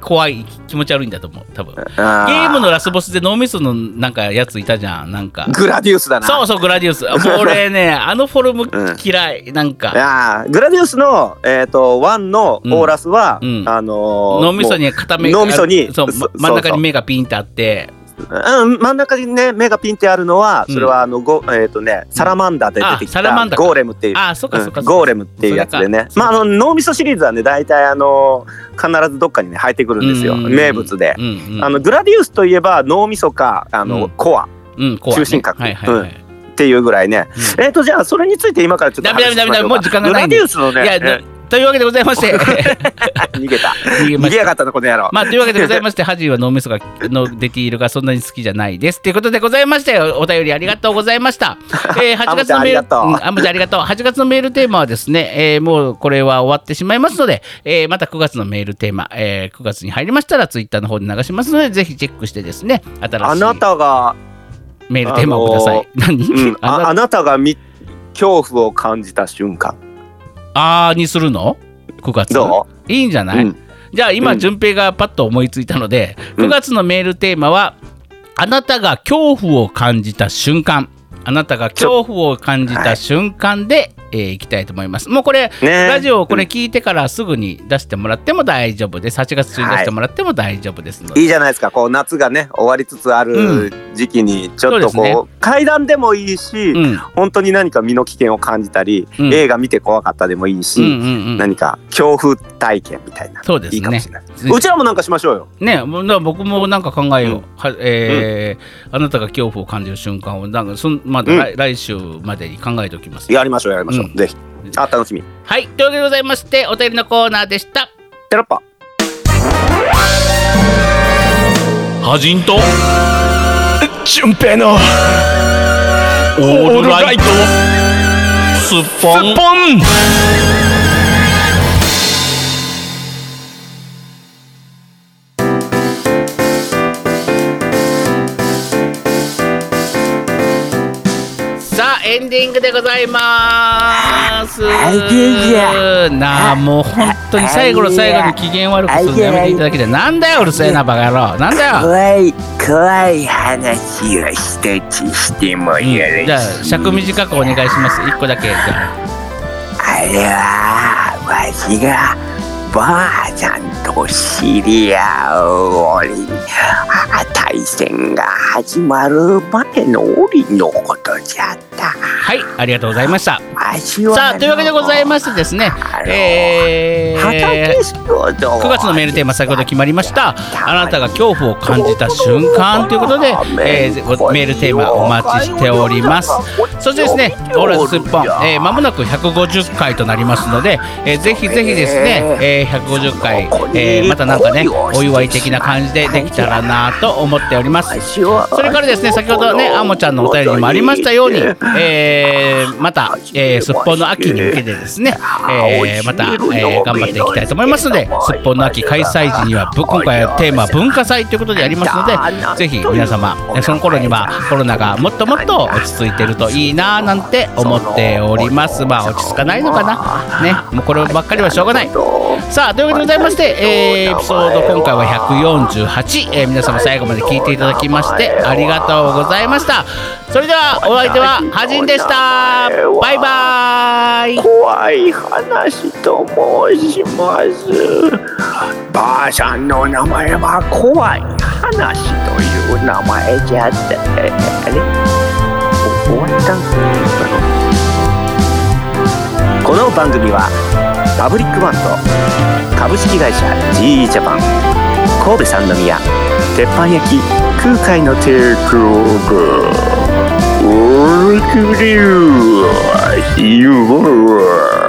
B: 怖い、気持ち悪いんだと思う、多
A: ゲ
B: 分。ゲー
A: ー
B: ムのラスボスで脳みそのなんかやついたじゃん、なんか。
A: グラディウスだな。
B: そうそう、グラディウス。もう俺ね、あのフォルム嫌い、なんか。
A: あーグラディウスの、えー、と1のオーラスは、
B: うんうん
A: あのー
B: 脳みそ
A: も
B: に固め
A: 脳みそに
B: そう
A: そ
B: 真ん
A: そうそ
B: 中に
A: う
B: 目がピンってあって
A: う、うん、真ん中にね目がピンってあるのはそれはあの、ごえっ、とねサラマンダーで出てき
B: あサラマ
A: た
B: ンダか
A: ゴーレムっていう。
B: ああそっかそっか
A: うんゴーレムっていうやつでね
B: それか
A: まああの脳みそシリーズはね大体あの必ずどっかにね入ってくるんですよ
B: うんうんうん
A: 名物で
B: う、んうん
A: あのグラディウスといえば脳みそかあの、
B: うん
A: コア
B: うん怖い
A: 中
B: ね
A: 心核
B: はいはいはい
A: っていうぐらいね、
B: うん
A: えっ、とじゃあそれについて今からちょっと
B: ダメダメダメダメもう時間がないん
A: グ
B: で
A: ラディウスのね
B: いや
A: え
B: なというわけでございまして
A: ー逃げた
B: 逃げま
A: 逃
B: し
A: げ
B: た
A: やがったなこの野郎、
B: まあというわけでございましてハジーは脳みそがのデティールがそんなに好きじゃないですということでございましておお便りありがとうござい ました、えー、8月のメール
A: あむちゃんありがとう
B: うんあむちゃんありがとう8月のメールテーマはですね、えーもうこれは終わってしまいますので、えーまた9月のメールテーマ、えー9月に入りましたらツイッターの方で流しますのでぜひチェックしてですね新
A: あ
B: しい
A: なたが、
B: メールテーマをください。
A: う
B: 何
A: ん、ああ
B: あ
A: なたがみ恐怖を感じた瞬間
B: あーにするの ?9 月。
A: ど
B: いいんじゃ
A: う、
B: ない、
A: うん
B: じゃあ今、
A: うん
B: 順平がパッと思いついたので、
A: うん
B: 9月のメールテーマは、あなたが恐怖を感じた瞬間。あなたが恐怖を感じた瞬間で、えーいきたいと思います。もうこれ、
A: ねえ
B: ラジオをこれ聞いてからすぐに出してもらっても大丈夫です。8月中に出してもらっても大丈夫ですので。
A: いいじゃないですかこう夏がね終わりつつあ
B: う
A: る時期にちょっと
B: そ
A: こう
B: うです
A: 階段でもいいし、
B: うん
A: 本当に何か身の危険を感じたり、
B: うん
A: 映画見て怖かったでもいいし、
B: うんうんうん、
A: 何か恐怖体験みたいな
B: そうですね
A: いいかもしれないうちらもなんかしましょうよ
B: ねもうな僕もなんか考え
A: う
B: よう、
A: ん
B: はえーあなたが恐怖を感じる瞬間をなんかそんまだ
A: うん
B: 来,、来週までに考えておきます
A: やりましょうやりましょう、
B: うん
A: ぜひあ楽しみ
B: はいというわけでございましてお便りのコーナーでした
A: テロッパ
B: はじんと
E: 純平の
B: オ
E: ールライト
B: スッ
E: ポンポン
B: さあエンディングでございますなあもう本当に最後の最後に機嫌悪くするのやめていただきたいなんだようるせえなバカ野郎なんだよ
D: 怖い怖い話を一つしても
B: うん
D: よろしい
B: じゃあ尺短くお願いします一個だけじゃあ
D: あれはわしがばあちゃんと知り合う折あ対戦が始まる前の折のことじゃった
B: はいありがとうございました
D: わしは
B: さあというわけでございましてですね
D: あ、の
B: えー
D: 畑仕事を
B: 9月のメールテーマ先ほど決まりましたあなたが恐怖を感じた瞬間ということで、えーごメールテーマお待ちしておりますそしてですねオールスッポン、えー、間もなく150回となりますので、えー、ぜひぜひですね、えー、150回、えー、またなんかねお祝い的な感じでできたらなと思っておりますそれからですね、先ほどね、あもちゃんのお便りにもありましたように、えー、また、えー、すっぽんの秋に向けてですね、えー、また、えー、頑張っていきたいと思いますので、すっぽんの秋開催時には、ぶ今回はテーマは文化祭ということでありますので、ぜひ皆様、えその頃にはコロナがもっともっと落ち着いてるといいなぁなんて思っております。まあ、落ち着かないのかな。ね、もうこればっかりはしょうがない。さあというわけでございまして、えーエピソード今回は148、えー皆様最後まで聞いていただきましてありがとうございましたそれではお相手ははじんでしたバイバイ
D: 怖い話と申しますばあさんの名前は怖い話という名前じゃってあれ終わったこの番組はパブリックバンド株式会社 GE ジャパン神戸三宮鉄板焼き空海のテイクオーバーオールクリュー you